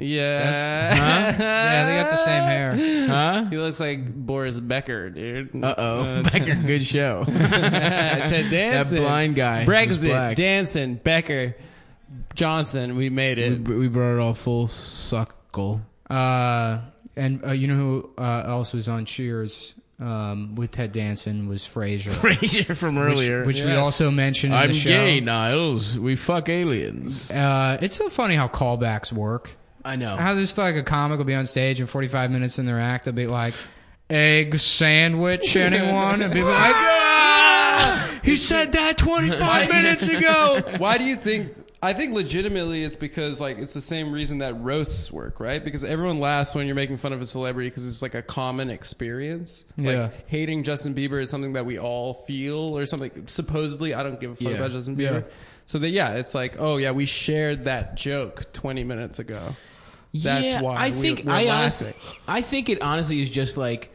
B: Yeah.
A: That's- yeah, they got the same hair.
D: Huh?
B: He looks like Boris Becker, dude.
D: Uh oh. Becker, good show.
B: Ted
D: that
B: Danson.
D: blind guy. who's
B: Brexit,
D: black.
B: Danson, Becker, Johnson. We made
D: we,
B: it.
D: we brought it all full circle.
A: Uh, and uh, you know who uh, else was on Cheers um, with Ted Danson was Frasier,
D: Fraser from earlier.
A: which we
B: Yes.
A: also mentioned. in
D: I'm
A: the show.
D: gay, Niles. We fuck aliens.
A: Uh, it's so funny how callbacks work.
D: I know.
A: How this like a comic will be on stage and 45 minutes in their act, they'll be like, "Egg sandwich, anyone?" And people are like, "Ah, he said that 25 minutes ago."
B: Why do you think I think legitimately it's because like it's the same reason that roasts work, right? Because everyone laughs when you're making fun of a celebrity because it's like a common experience.
A: Yeah.
B: Like hating Justin Bieber is something that we all feel or something. Supposedly, I don't give a fuck
D: Yeah.
B: about Justin
A: Yeah.
B: Bieber. So that yeah, it's like oh yeah, we shared that joke 20 minutes ago. That's
D: yeah,
B: why
D: I
B: we-
D: think
B: we're
D: I
B: laughing.
D: honestly, I think it honestly is just like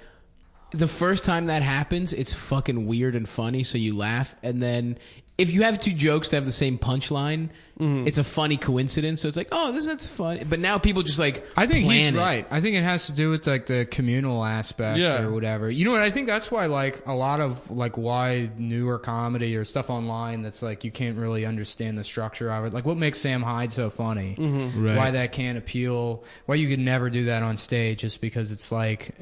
D: the first time that happens, it's fucking weird and funny, so you laugh, and then if you have two jokes that have the same punchline,
B: Mm-hmm.
D: it's a funny coincidence. So it's like, oh, this that's funny. But now people just like
A: I think he's
D: plan it.
A: right. I think it has to do with like the communal aspect
B: Yeah.
A: or whatever. You know what? I think that's why like a lot of like why newer comedy or stuff online that's like you can't really understand the structure of it. Like what makes Sam Hyde so funny?
B: Mm-hmm.
D: Right.
A: Why that can't appeal? Why you could never do that on stage? Is because it's like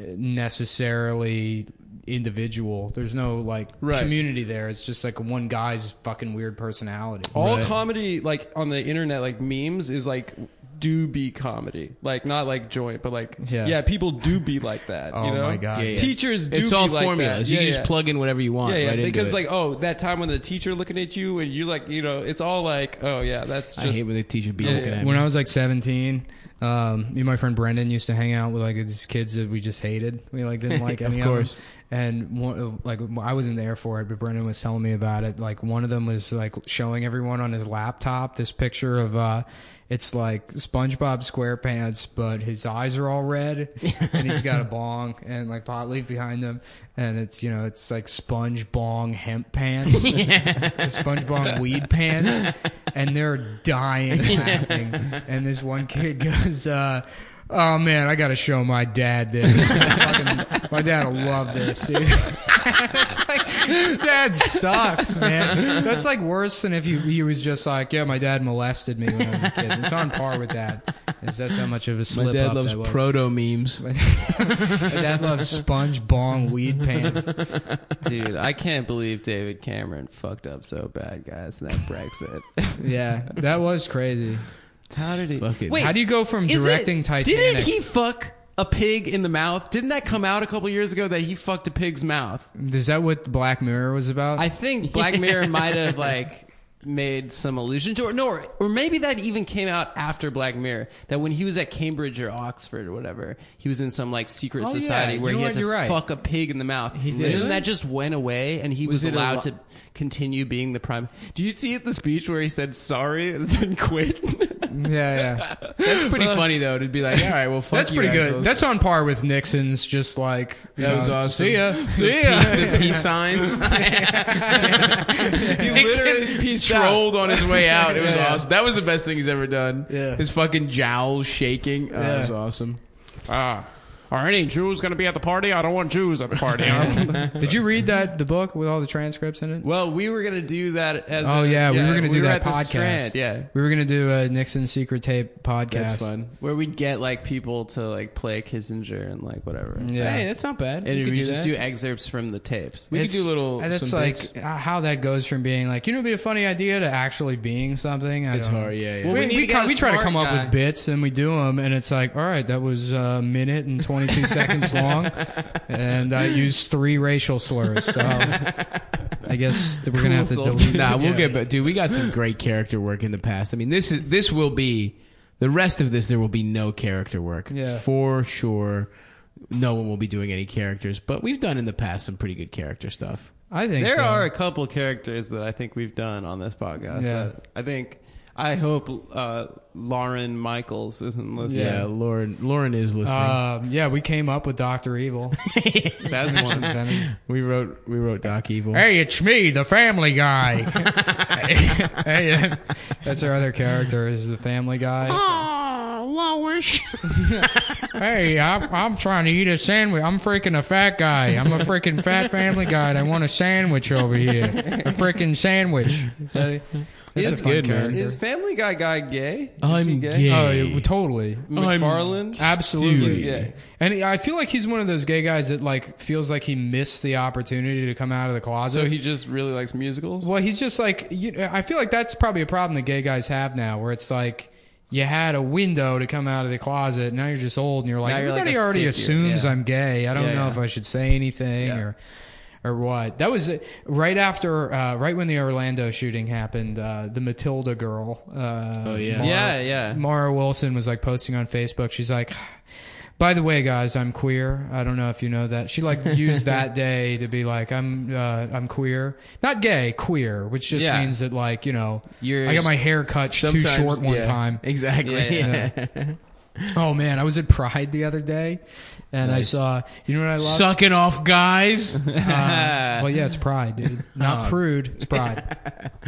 A: necessarily individual. There's no like
B: Right.
A: community there. It's just like one guy's fucking weird personality.
B: All
D: Right.
B: comedy like on the internet, like memes, is like do be comedy, like not like joint, but like yeah,
A: Yeah.
B: people do be like that.
A: Oh
B: you know?
A: my God. Yeah, yeah.
B: teachers do.
D: It's
B: be
D: all
B: like
D: formulas.
B: That.
D: You
B: yeah,
D: can just
B: yeah.
D: plug in whatever you want.
B: Yeah, yeah,
D: right into
B: because
D: it.
B: like oh that time when the teacher looking at you and you like you know it's all like oh yeah that's just
D: I hate when the teacher be looking
B: yeah.
D: at me.
A: When I was like 17, um, me and my friend Brendan used to hang out with like these kids that we just hated. We like didn't like
D: Of
A: any of
D: course.
A: them. And one, like I wasn't there for it, but Brendan was telling me about it. Like one of them was like showing everyone on his laptop this picture of uh, it's like SpongeBob SquarePants, but his eyes are all red, and he's got a bong and like pot leaf behind him, and it's you know it's like Sponge Bong Hemp Pants. SpongeBob weed pants, and they're dying laughing. And this one kid goes, uh, "Oh man, I got to show my dad this. Fucking- my dad will love this, dude." it's like that sucks, man. That's like worse than if you he was just like, "Yeah, my dad molested me when I was a kid." It's on par with that. Is that's how much of a slip
D: My dad
A: up
D: loves
A: that was.
D: proto memes.
A: my dad loves sponge bong weed pants.
B: dude I can't believe David Cameron fucked up so bad guys and that Brexit
A: Yeah, that was crazy.
B: how did he
D: Fucking-
B: wait
A: How do you go from
B: is it-
A: directing Titanic?
B: didn't he fuck a pig in the mouth didn't that come out a couple years ago that he fucked a pig's mouth
A: Is that what Black Mirror was about?
B: I think Black Mirror might have like made some allusion to it. No, or, or maybe that even came out after Black Mirror. That when he was at Cambridge or Oxford or whatever, he was in some like secret
A: Oh, yeah.
B: society where
A: You know
B: he
A: what?
B: had to
A: You're right.
B: fuck a pig in the mouth. He
A: did.
B: And then that just went away and he was,
D: Was it a
B: allowed
D: lo-
B: to continue being the prime. Do you see at the speech where he said sorry and then quit?
A: yeah, yeah.
D: That's pretty
B: uh,
D: funny though to be like, all right, well, fuck
A: That's
D: you
A: pretty good.
D: assholes."
A: That's on par with Nixon's. Just like you
D: That was
A: know,
D: awesome.
A: See ya.
D: See ya. The peace signs.
B: he
D: Nixon trolled on his way out. It was
A: Yeah.
D: awesome. That was the best thing he's ever done.
A: Yeah.
D: His fucking jowls shaking. Oh, That was awesome.
B: Ah. Are any Jews going to be at the party? I don't want Jews at the party.
A: Did you read that the book with all the transcripts in it?
B: well, we were going to do that as
A: Oh
B: a-
A: yeah, we were gonna do
B: were
A: that
B: at the
A: podcast.
B: Strand, yeah.
A: we were gonna do a Nixon secret tape podcast.
D: That's fun.
B: where we'd get like people to like play Kissinger and like whatever.
A: Yeah.
D: Hey, that's not bad.
B: And
D: we
B: we,
D: could do
B: just
D: that.
B: do excerpts from the tapes. We
A: It's-
B: could do little.
A: and It's
B: some
A: like
B: bits.
A: uh, how that goes from being like you know, it'd be a funny idea to actually being something. I
D: It's
A: don't know.
D: hard. Yeah, yeah.
B: Well,
A: We,
B: we need
A: we
B: to get
A: ca-
B: a
A: we try to
B: smart
A: come up
B: guy.
A: with bits and we do them, and it's like, all right, that was a minute and 22 seconds long, and I used three racial slurs. So I guess that we're going to have to
B: Cool, so-
A: delete
D: nah, we'll
A: Yeah.
D: get back. Dude, we got some great character work in the past. I mean, this is this will be the rest of this. There will be no character work
A: Yeah.
D: for sure. No one will be doing any characters, but we've done in the past some pretty good character stuff.
A: I think
B: there
A: so.
B: are a couple characters that I think we've done on this podcast.
A: Yeah.
B: that I think. I hope uh, Lauren Michaels isn't listening.
D: Yeah, Lauren. Lauren is listening.
A: Um, yeah, we came up with Dr. Evil.
B: That's one.
D: we wrote. We wrote Doc Evil.
A: hey, it's me, the family guy. hey, that's our other character is the family guy.
D: Oh, Lowish.
A: hey, I'm, I'm trying to eat a sandwich. I'm freaking a fat guy. I'm a freaking fat family guy, and I want a sandwich over here. A freaking sandwich.
B: Is-
A: That's a fun
D: good, man.
A: character.
B: Is Family Guy guy gay? Is
D: I'm
B: he
D: gay.
A: Oh, yeah, totally.
B: McFarlane?
A: Absolutely.
B: He's gay.
A: And I feel like he's one of those gay guys that like feels like he missed the opportunity to come out of the closet.
B: So he just really likes musicals.
A: well, he's just like you, I feel like that's probably a problem that gay guys have now, where it's like you had a window to come out of the closet. Now you're just old, and you're like
B: Now you're like
A: everybody
B: a
A: already
B: figure,
A: assumes
B: yeah.
A: I'm gay. I don't
B: Yeah,
A: know
B: yeah.
A: if I should say anything
B: Yeah.
A: or. or what. That was uh, right after, uh, right when the Orlando shooting happened. Uh, the Matilda girl. Uh, oh
D: yeah.
B: Yeah, yeah.
A: Mara Wilson was like posting on Facebook. She's like. By the way, guys, I'm queer. I don't know if you know that. She like used that day to be like, I'm, uh, I'm queer, not gay, queer, which just
B: Yeah.
A: means that like, you know,
B: You're-
A: I got my hair cut too
B: Sometimes-
A: short one
B: yeah.
A: time.
D: Exactly.
B: Yeah, yeah.
A: Oh man, I was at Pride the other day, and I saw. You know what I love?
D: Sucking off guys.
A: Uh, well, yeah, it's Pride, dude.
B: Oh.
A: Not prude. It's Pride.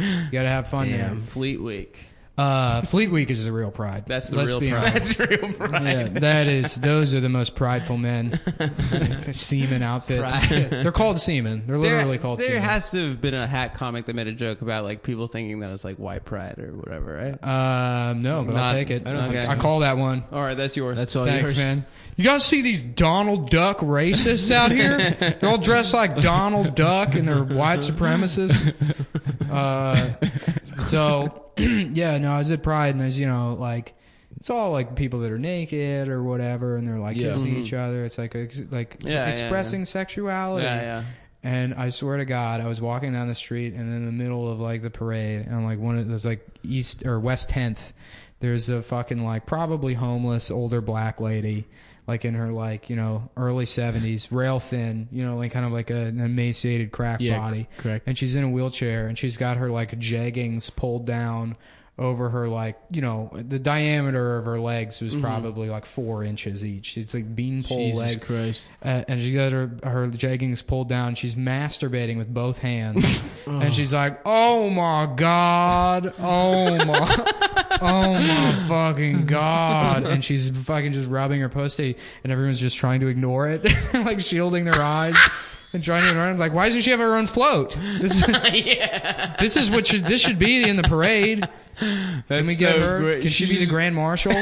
A: You gotta have fun there.
B: Fleet Week.
A: Uh, Fleet Week is the real Pride.
B: That's the
A: Let's
B: real
A: be
B: Pride.
A: honest.
D: That's real pride.
A: Yeah, that is. Those are the most prideful men. semen outfits. They're called semen. They're literally
B: there,
A: called
B: there
A: semen.
B: has to have been a hat comic that made a joke about like people thinking that it was like white pride or whatever, right?
A: um, no, but
B: Not-
A: I'll take it.
B: I don't think
A: I
B: so.
A: call that one.
B: All right, that's yours.
D: That's all
A: Thanks,
D: yours.
A: man. You guys see these Donald Duck racists out here? They're all dressed like Donald Duck and they're white supremacists. Uh, so, yeah, no, I was at Pride and there's, you know, like, it's all like people that are naked or whatever and they're like
D: Yeah. Mm-hmm.
A: kissing each other. It's like, ex- like
B: Yeah, yeah,
A: expressing sexuality.
B: Yeah, yeah.
A: And I swear to God, I was walking down the street and in the middle of like the parade and like one of those like East or West 10th, there's a fucking like probably homeless older black lady, like in her like, you know, early 70s, rail thin, you know, like kind of like a, an emaciated crack
D: Yeah,
A: body.
D: correct.
A: And she's in a wheelchair and she's got her like jeggings pulled down over her like, you know, the diameter of her legs was probably like four inches each. She's like beanpole
D: Mm-hmm. Jesus
A: legs
D: Christ.
A: uh, and she got her her jeggings pulled down. She's masturbating with both hands, and she's like, "Oh my god, oh my, oh my fucking god!" And she's fucking just rubbing her pussy, and everyone's just trying to ignore it, like shielding their eyes. And trying to ignore it. I'm like, why doesn't she have her own float? This is, this is what should this should be in the parade. Can we get
D: so
A: her?
D: great.
A: Can she be the grand marshal?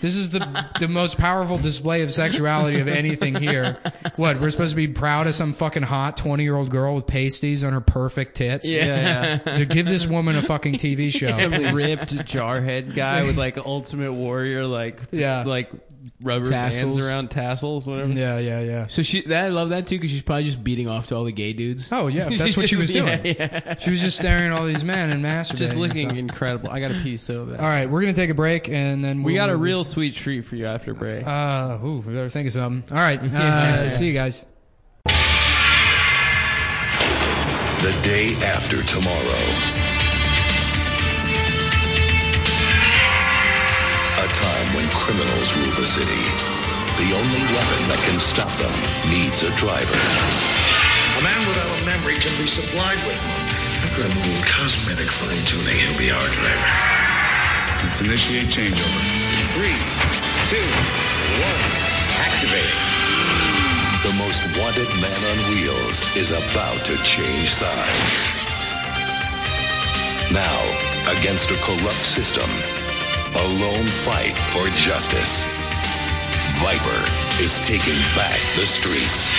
A: this is the the most powerful display of sexuality of anything here. What we're supposed to be proud of some fucking hot twenty year old girl with pasties on her perfect tits?
B: Yeah,
A: To give this woman a fucking TV show.
B: Some ripped jarhead guy with like Ultimate Warrior, like
A: Yeah.
B: like rubber
D: Tassels.
B: bands around tassels, whatever.
A: Yeah, yeah, yeah.
D: So she, that I love that too because she's probably just beating off to all the gay dudes.
A: Oh yeah, if that's what she was doing. She was just staring at all these men and masturbating.
B: Just looking
A: herself.
B: incredible. I got to pee so bad.
A: All right, we're gonna take a break and then
B: We
A: we'll-
B: got a real sweet treat for you after break.
A: Uh, ooh, we better think of something. All right, uh, see you guys.
E: The day after tomorrow. A time when criminals rule the city. The only weapon that can stop them needs a driver.
F: A man without a memory can be supplied with one. A little cosmetic fine tuning, he'll be our driver.
E: Let's initiate changeover.
F: Three, two, one, activate.
E: The most wanted man on wheels is about to change sides. Now, against a corrupt system, a lone fight for justice. Viper is taking back the streets.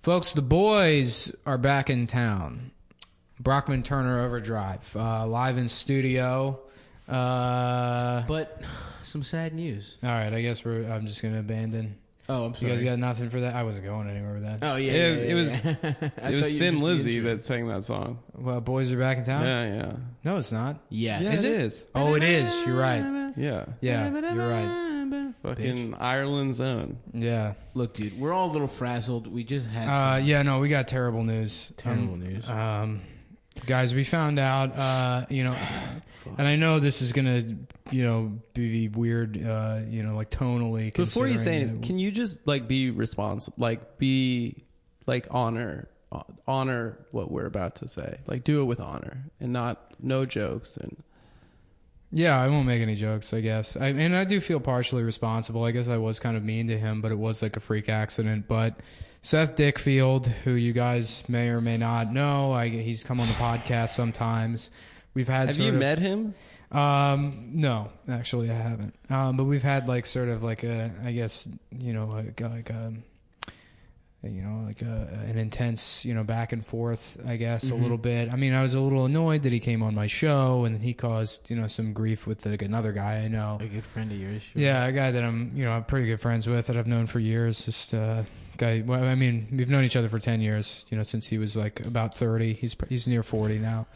A: Folks, the boys are back in town. Brockman Turner Overdrive, uh, live in studio. Uh, all
D: But some sad news.
A: right, I guess we're. I'm just gonna abandon.
D: Oh, I'm
A: You
D: sorry.
A: guys got nothing for that? I wasn't going anywhere with that.
D: oh yeah,
B: It-
D: yeah,
B: it
D: yeah,
B: was-
D: yeah. I
B: it was
D: thought you
B: Thin
D: just
B: Lizzy
D: answered.
B: that sang that song.
A: Well, boys are back in town.
B: Yeah, yeah.
A: No, it's not.
D: Yes.
B: Yeah,
D: Is
B: it
D: it?
B: is.
A: Oh, it is. You're right.
B: Yeah.
A: Yeah, you're right.
B: Fucking Ireland's own.
A: Yeah.
D: Look, dude, we're all a little frazzled. We just had. some-
A: Uh, yeah. No, we got terrible news.
D: Terrible
A: Um,
D: news.
A: Um, guys, we found out. Uh, you know, and I know this is gonna, you know, be weird. Uh, you know, like tonally.
B: Before you say
A: considering
B: anything,
A: that-
B: can you just like be responsible? Like be like honor honor what we're about to say. Like do it with honor and not no jokes and
A: Yeah, I won't make any jokes, I guess. I, and I do feel partially responsible. I guess I was kind of mean to him, but it was like a freak accident. But Seth Dickfield, who you guys may or may not know, I, he's come on the podcast sometimes. We've had
B: Have
A: sort
B: you
A: of-
B: met him?
A: Um, no, actually, I haven't. Um, but we've had like sort of like a, I guess you know, like, like um, you know, like a, an intense, you know, back and forth, I guess,
D: Mm-hmm.
A: a little bit. I mean, I was a little annoyed that he came on my show and he caused, you know, some grief with like another guy I know.
D: good friend of yours.
A: Yeah, a guy that I'm, you know, I'm pretty good friends with that I've known for years. Just uh, guy. Well, I mean, we've known each other for ten years. You know, since he was like about thirty. He's pr- he's near forty now.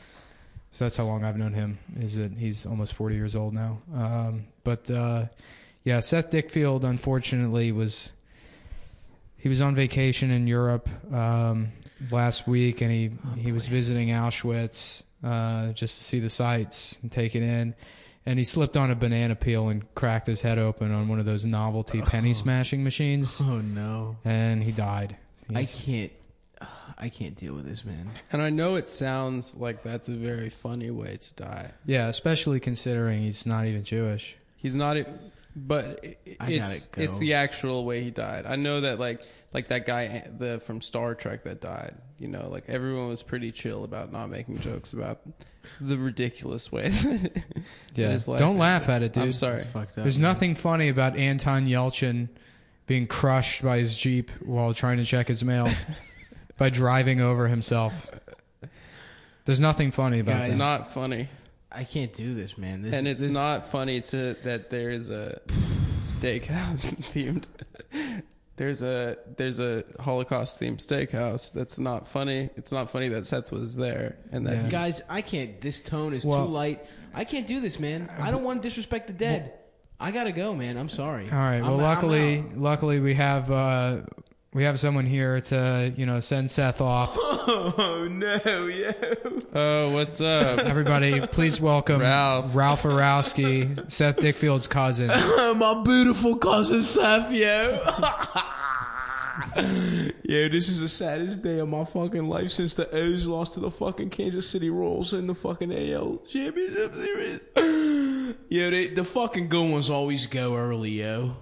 A: So that's how long I've known him. Is that he's almost forty years old now. Um, but uh, yeah, Seth Dickfield unfortunately was. He was on vacation in Europe um, last week, and he
C: Oh,
A: he was visiting Auschwitz uh, just to see the sights and take it in and he slipped on a banana peel and cracked his head open on one of those novelty
C: Oh.
A: penny smashing machines,
D: Oh no,
A: and he died.
D: I
A: He's-
D: can't. I can't deal with this man.
C: And I know it sounds like that's a very funny way to die.
A: yeah, especially considering he's not even Jewish.
C: He's not, e- but i-
D: I
C: it's
D: gotta go.
C: it's the actual way he died. I know that like like that guy the from Star Trek that died. You know, like everyone was pretty chill about not making jokes about the ridiculous way. that his life
A: don't
C: ended.
A: laugh at it, dude.
C: I'm sorry.
D: Fucked up.
A: There's nothing funny about Anton Yelchin being crushed by his jeep while trying to check his mail by driving over himself. There's nothing funny about
D: Guys,
C: It's
A: that.
C: not funny,
D: I can't do this, man. This,
C: and it's
D: this-
C: not funny to that there is a steakhouse themed. There's a there's a Holocaust themed steakhouse that's not funny. It's not funny that Seth was there and that
A: Yeah.
C: he
D: Guys, I can't. This tone is
A: Well-
D: too light. I can't do this, man. I don't want to disrespect the dead. I gotta go, man. I'm sorry.
A: All right. Well,
D: I'm- I'm
A: luckily,
D: out.
A: luckily we have uh, we have someone here to you know send Seth off.
D: Oh no, yo.
C: Oh, what's up?
A: Everybody, please welcome
C: Ralph.
A: Ralph Arowski, Seth Dickfield's cousin.
D: my beautiful cousin Seth, yo. yo, this is the saddest day of my fucking life since the O's lost to the fucking Kansas City Royals in the fucking AL Championship Series. yo, they, the fucking good ones always go early, yo.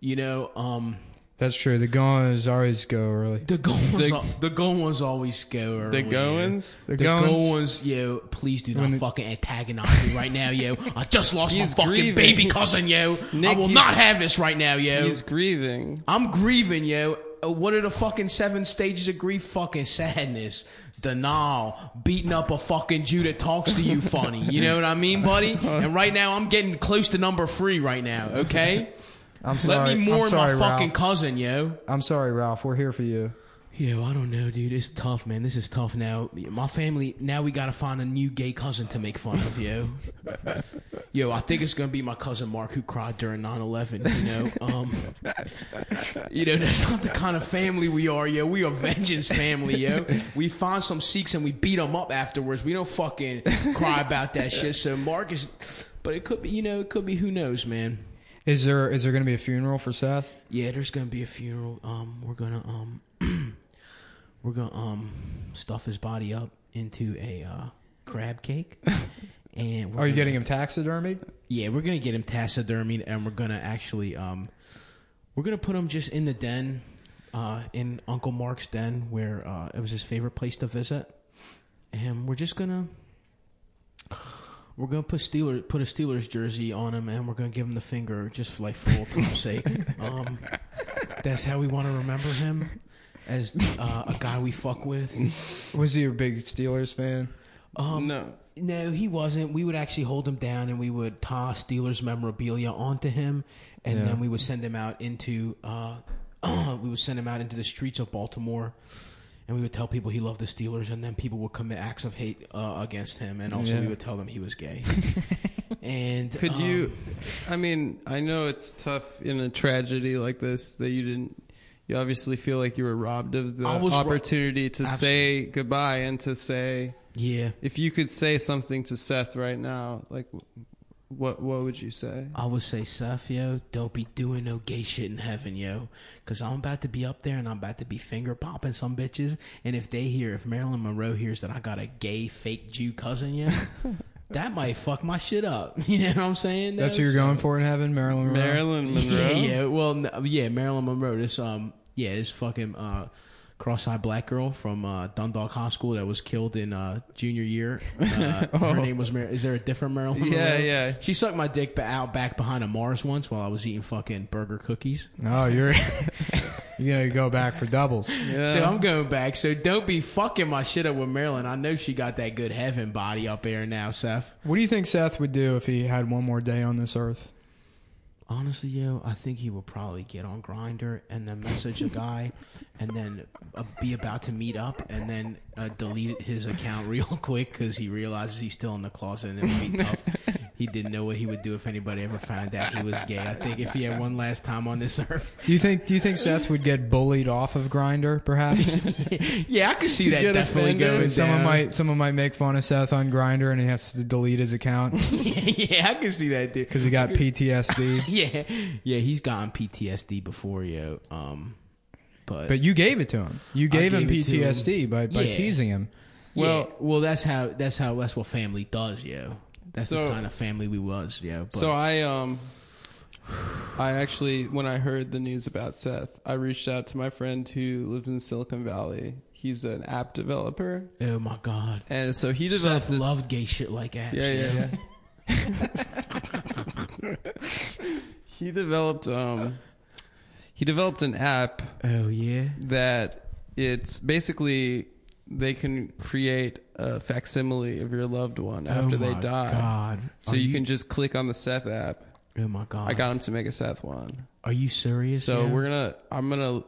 D: You know, um,
A: That's true. The goings always go early.
D: the good ones,
C: The-
D: al- the, good ones always go early. yo.
C: The Goins?
A: The
D: Oh, The
A: goings-
D: Goins, yo, please do not
A: the-
D: fucking antagonize me right now, yo. I just lost my
C: He's
D: fucking
C: grieving.
D: baby cousin, yo.
C: Nick,
D: I will
C: he's-
D: not have this right now, yo.
C: He's grieving.
D: I'm grieving, yo. Uh, What are the fucking seven stages of grief? Fucking sadness, denial, beating up a fucking Jew that talks to you funny. You know what I mean, buddy? And right now, I'm getting close to number three right now. Okay,
A: I'm sorry.
D: let me mourn
A: I'm sorry,
D: my fucking
A: Ralph.
D: cousin, yo.
A: I'm sorry, Ralph. We're here for you.
D: Yo, I don't know, dude. It's tough, man. This is tough now. My family now we gotta find a new gay cousin to make fun of, yo. yo, I think it's gonna be my cousin Mark who cried during 9-11, You know, um, you know that's not the kind of family we are, yo. We are vengeance family, yo. We find some Sikhs and we beat them up afterwards. We don't fucking cry about that shit. So Mark is, but it could be, you know, it could be. Who knows, man.
A: Is there is there going to be a funeral for Seth?
D: Yeah, there's gonna be a funeral. Um, we're gonna um, we're gonna um, stuff his body up into a uh, crab cake. And we're
A: Are you
D: gonna-
A: getting him taxidermied?
D: Yeah, we're gonna get him taxidermied, and we're gonna actually um, we're gonna put him just in the den, uh, in Uncle Mark's den, where uh, it was his favorite place to visit, and we're just gonna. We're gonna put Steeler put a Steelers jersey on him, and we're gonna give him the finger just for like for old time's sake. Um, that's how we want to remember him as uh, a guy we fuck with.
A: Was he a big Steelers fan?
D: Um,
C: no.
D: no, he wasn't. We would actually hold him down and we would toss Steelers memorabilia onto him, and
A: Yeah.
D: then we would send him out into uh, we would send him out into the streets of Baltimore, and we would tell people he loved the Steelers, and then people would commit acts of hate uh, against him, and also we
A: Yeah.
D: would tell them he was gay. and
C: Could
D: um,
C: you? I mean, I know it's tough in a tragedy like this that you didn't. You obviously feel like you were robbed of the
D: I was ro-
C: opportunity to say goodbye and to say
D: Yeah,
C: if you could say something to Seth right now, like what what would you say?
D: I would say, Seth, yo, don't be doing no gay shit in heaven, yo. Because I'm about to be up there and I'm about to be finger popping some bitches. And if they hear, if Marilyn Monroe hears that I got a gay fake Jew cousin, yo, that might fuck my shit up. You know what I'm saying?
A: That's who
D: though?
A: you're going for in heaven, Marilyn Monroe.
C: Marilyn Monroe.
D: Uh, Yeah, yeah. Well, no, yeah, Marilyn Monroe. This, um, yeah, this fucking uh, cross-eyed black girl from uh, Dundalk High School that was killed in uh, junior year. Uh, Her name was. Mar- is there a different Marilyn?
C: Oh. Yeah,
D: Monroe?
C: yeah.
D: She sucked my dick ba- out back behind a Mars once while I was eating fucking burger cookies.
A: Oh, you're You're gonna go back for doubles.
D: So I'm going back. So don't be fucking my shit up with Maryland. I know she got that good heaven body up there now, Seth.
A: What do you think Seth would do if he had one more day on this earth?
D: Honestly, yo, I think he will probably get on Grinder and then message a guy, and then uh, be about to meet up, and then uh, delete his account real quick because he realizes he's still in the closet and it would be tough. he didn't know what he would do if anybody ever found out he was gay. I think if he had one last time on this earth,
A: Do you think Do you think Seth would get bullied off of Grinder? Perhaps
D: yeah, I could see that
C: Get
D: definitely
C: offended.
D: going.
A: someone
D: down.
A: might someone might make fun of Seth on Grinder and he has to delete his account
D: yeah, I could see that dude.
A: because he got PTSD.
D: yeah, yeah, he's gotten PTSD before, yo. Um, but,
A: But you gave it to him. You gave, him
D: gave it to him.
A: PTSD by, by
D: Yeah.
A: teasing him.
D: well, well, that's how that's how that's what family does, yo. That's
C: So-
D: the kind of family we was, yo. But
C: So I um I actually when I heard the news about Seth, I reached out to my friend who lives in Silicon Valley. He's an app developer.
D: oh my god,
C: And so he developed
D: Seth
C: this
D: loved gay shit like that.
C: Yeah, yeah, yeah. he developed um he developed an app
D: Oh yeah.
C: that it's basically they can create a facsimile of your loved one after
D: oh
C: they
D: my
C: die.
D: God.
C: So
D: Are
C: you, can just click on the Seth app.
D: Oh my god.
C: I got him to make a Seth one.
D: Are you serious?
C: So
D: yo?
C: we're gonna I'm gonna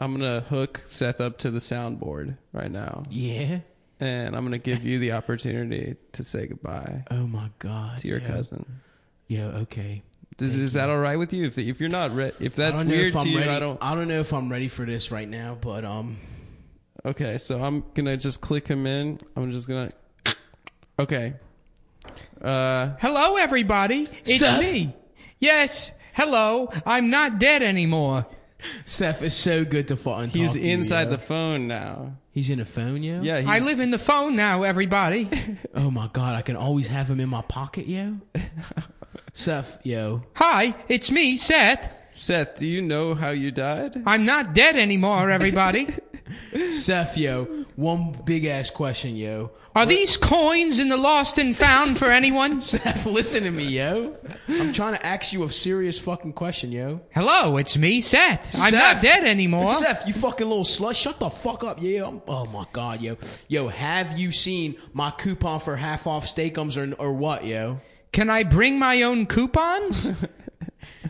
C: I'm gonna hook Seth up to the soundboard right now.
D: Yeah.
C: And I'm gonna give you the opportunity to say goodbye
D: Oh my god.
C: to your
D: yo.
C: cousin.
D: Yo. Okay.
C: Is, is that all right with you? If, if you're not re- if
D: I
C: that's
D: don't know
C: weird
D: if I'm
C: to you,
D: ready.
C: I don't.
D: I don't know if I'm ready for this right now, but um.
C: Okay, so I'm gonna just click him in. I'm just gonna. Okay. Uh,
A: Hello, everybody.
D: It's Seth? me.
A: Yes. Hello. I'm not dead anymore.
D: Seth is so good to fucking.
C: he's
D: talk to you,
C: inside
D: yo.
C: the phone now.
D: He's in a phone, yo.
C: Yeah, he's,
A: live in the phone now, everybody.
D: Oh my god, I can always have him in my pocket, yo. Seth, yo.
A: Hi, it's me, Seth.
C: Seth. Do you know how you died?
A: I'm not dead anymore, everybody.
D: Seth, yo. One big ass question, yo.
A: Are these coins in the lost and found for anyone?
D: Seth, listen to me, yo. I'm trying to ask you a serious fucking question, yo.
A: Hello, it's me, Seth. I'm not
D: Seth.
A: dead anymore.
D: Seth, you fucking little slut. Shut the fuck up, yeah. I'm, oh my god, yo. Yo, have you seen my coupon for half off steakums or, or what, yo?
A: Can I bring my own coupons?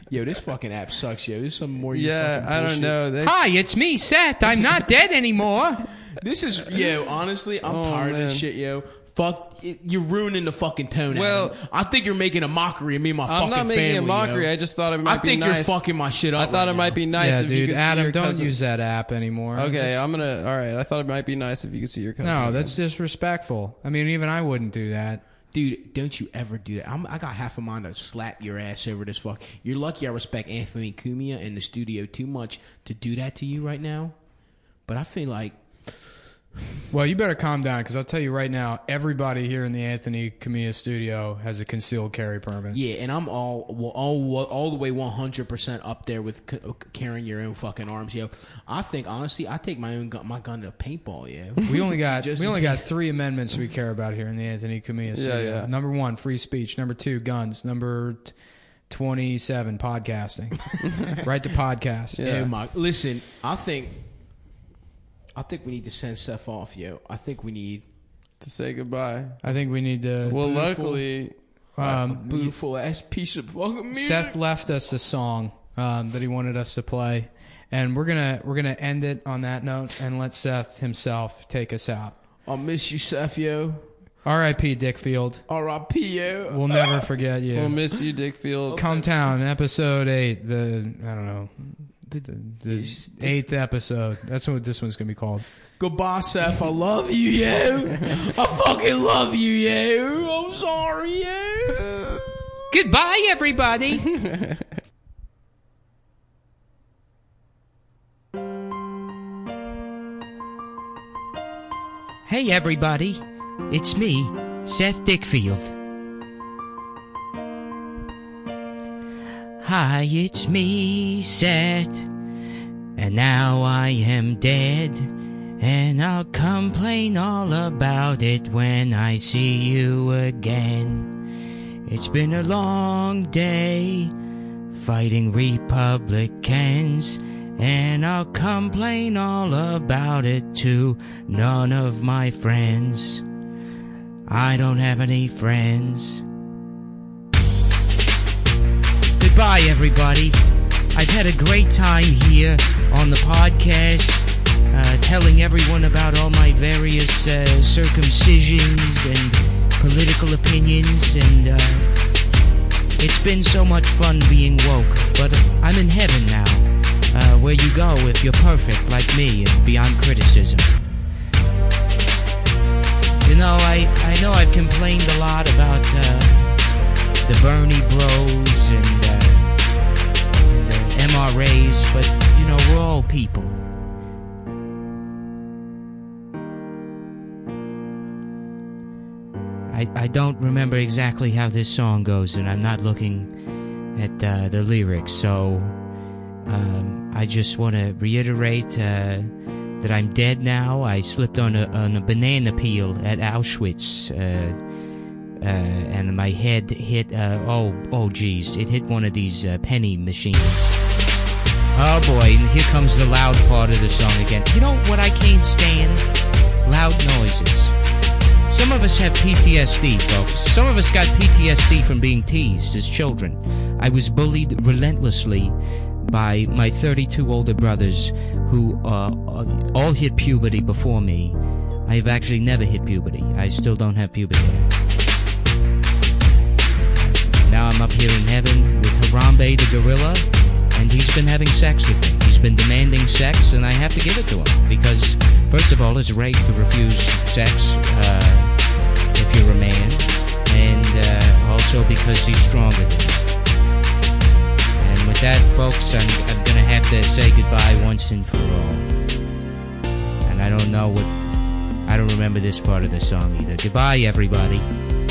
D: Yo, this fucking app sucks, yo. There's some more.
C: Yeah,
D: fucking
C: I don't
D: bullshit.
C: know. They,
A: Hi, it's me, Seth. I'm not dead anymore.
D: This is yo. Honestly, I'm
C: Oh,
D: tired of
C: man.
D: this shit, yo. Fuck, it- you're ruining the fucking tone.
C: Well-
D: Well, I think you're making a mockery of me and my
C: I'm
D: fucking
C: not making
D: family.
C: a mockery.
D: yo.
C: I just thought it might
D: I
C: be
D: think
C: nice.
D: you're fucking my shit
C: I
D: up.
C: thought
D: right
C: it might
D: now.
C: be nice
A: yeah,
C: if you
A: dude.
C: could see
A: Adam,
C: your
A: don't
C: cousin.
A: use that app anymore.
C: Okay,
A: That's-
C: I'm gonna. All right, I thought it might be nice if you could see your cousin.
A: No,
C: again.
A: that's disrespectful. I mean, even I wouldn't do that.
D: dude. Don't you ever do that. I'm, I got half a mind to slap your ass over this fuck. You're lucky I respect Anthony Cumia in the studio too much to do that to you right now. But I feel like
A: Well, you better calm down because I'll tell you right now, everybody here in the Anthony Camilla studio has a concealed carry permit.
D: yeah, and I'm all well, all all the way 100 percent up there with c- uh, carrying your own fucking arms, yo. I think honestly, I take my own gun, my gun to paintball, yo.
A: We only got
D: Just
A: we
D: in
A: only got three amendments we care about here in the Anthony Camilla studio.
C: yeah.
A: Number one, free speech. Number two, guns. Number t- twenty-seven, podcasting. right to podcast.
D: Yeah. my, listen, I think, I think we need to send Seth off, yo. I think we need
C: to say goodbye.
A: I think we need to.
C: Well,
D: Beautiful.
C: luckily,
A: um,
D: beautiful ass piece of fucking music.
A: Seth left us a song um, that he wanted us to play, and we're gonna we're gonna end it on that note and let Seth himself take us out.
D: I oh, miss you, Seth, yo.
A: R.I.P. Dickfield.
D: R.I.P. yo.
A: We'll never forget you.
C: we'll miss you,
D: Oh,
C: Dickfield.
A: Come Town, episode eight. The I don't know. The, the eighth episode. That's what this one's gonna be called.
D: Goodbye, Seth. I love you, yo. I fucking love you, yo. I'm sorry, yo.
A: Goodbye, everybody.
G: Hey everybody, it's me, Seth Dickfield. Hi, it's me, Seth. And now I am dead, and I'll complain all about it when I see you again. It's been a long day fighting Republicans and I'll complain all about it to none of my friends. I don't have any friends. Goodbye, everybody. I've had a great time here on the podcast, uh, telling everyone about all my various uh, circumcisions and political opinions, and uh, it's been so much fun being woke. But I'm in heaven now, uh, where you go if you're perfect like me and beyond criticism. You know, I, I know I've complained a lot about uh, the Bernie bros and, uh, and uh, the MRAs, but, you know, we're all people. I, I don't remember exactly how this song goes, and I'm not looking at uh, the lyrics, so um, I just want to reiterate. Uh, that I'm dead now. I slipped on a, on a banana peel at Auschwitz, uh, uh, and my head hit. Uh, oh, oh, geez, it hit one of these uh, penny machines. Oh boy, and here comes the loud part of the song again. You know what I can't stand? Loud noises. Some of us have PTSD, folks. Some of us got PTSD from being teased as children. I was bullied relentlessly by my 32 older brothers who uh, uh, all hit puberty before me. I've actually never hit puberty. I still don't have puberty. Now I'm up here in heaven with Harambe the gorilla, and he's been having sex with me. He's been demanding sex, and I have to give it to him because, first of all, it's rape to refuse sex uh, if you're a man, and uh, also because he's stronger than me. And with that, folks, I'm, I'm going to have to say goodbye once and for all. And I don't know what. I don't remember this part of the song either. Goodbye, everybody.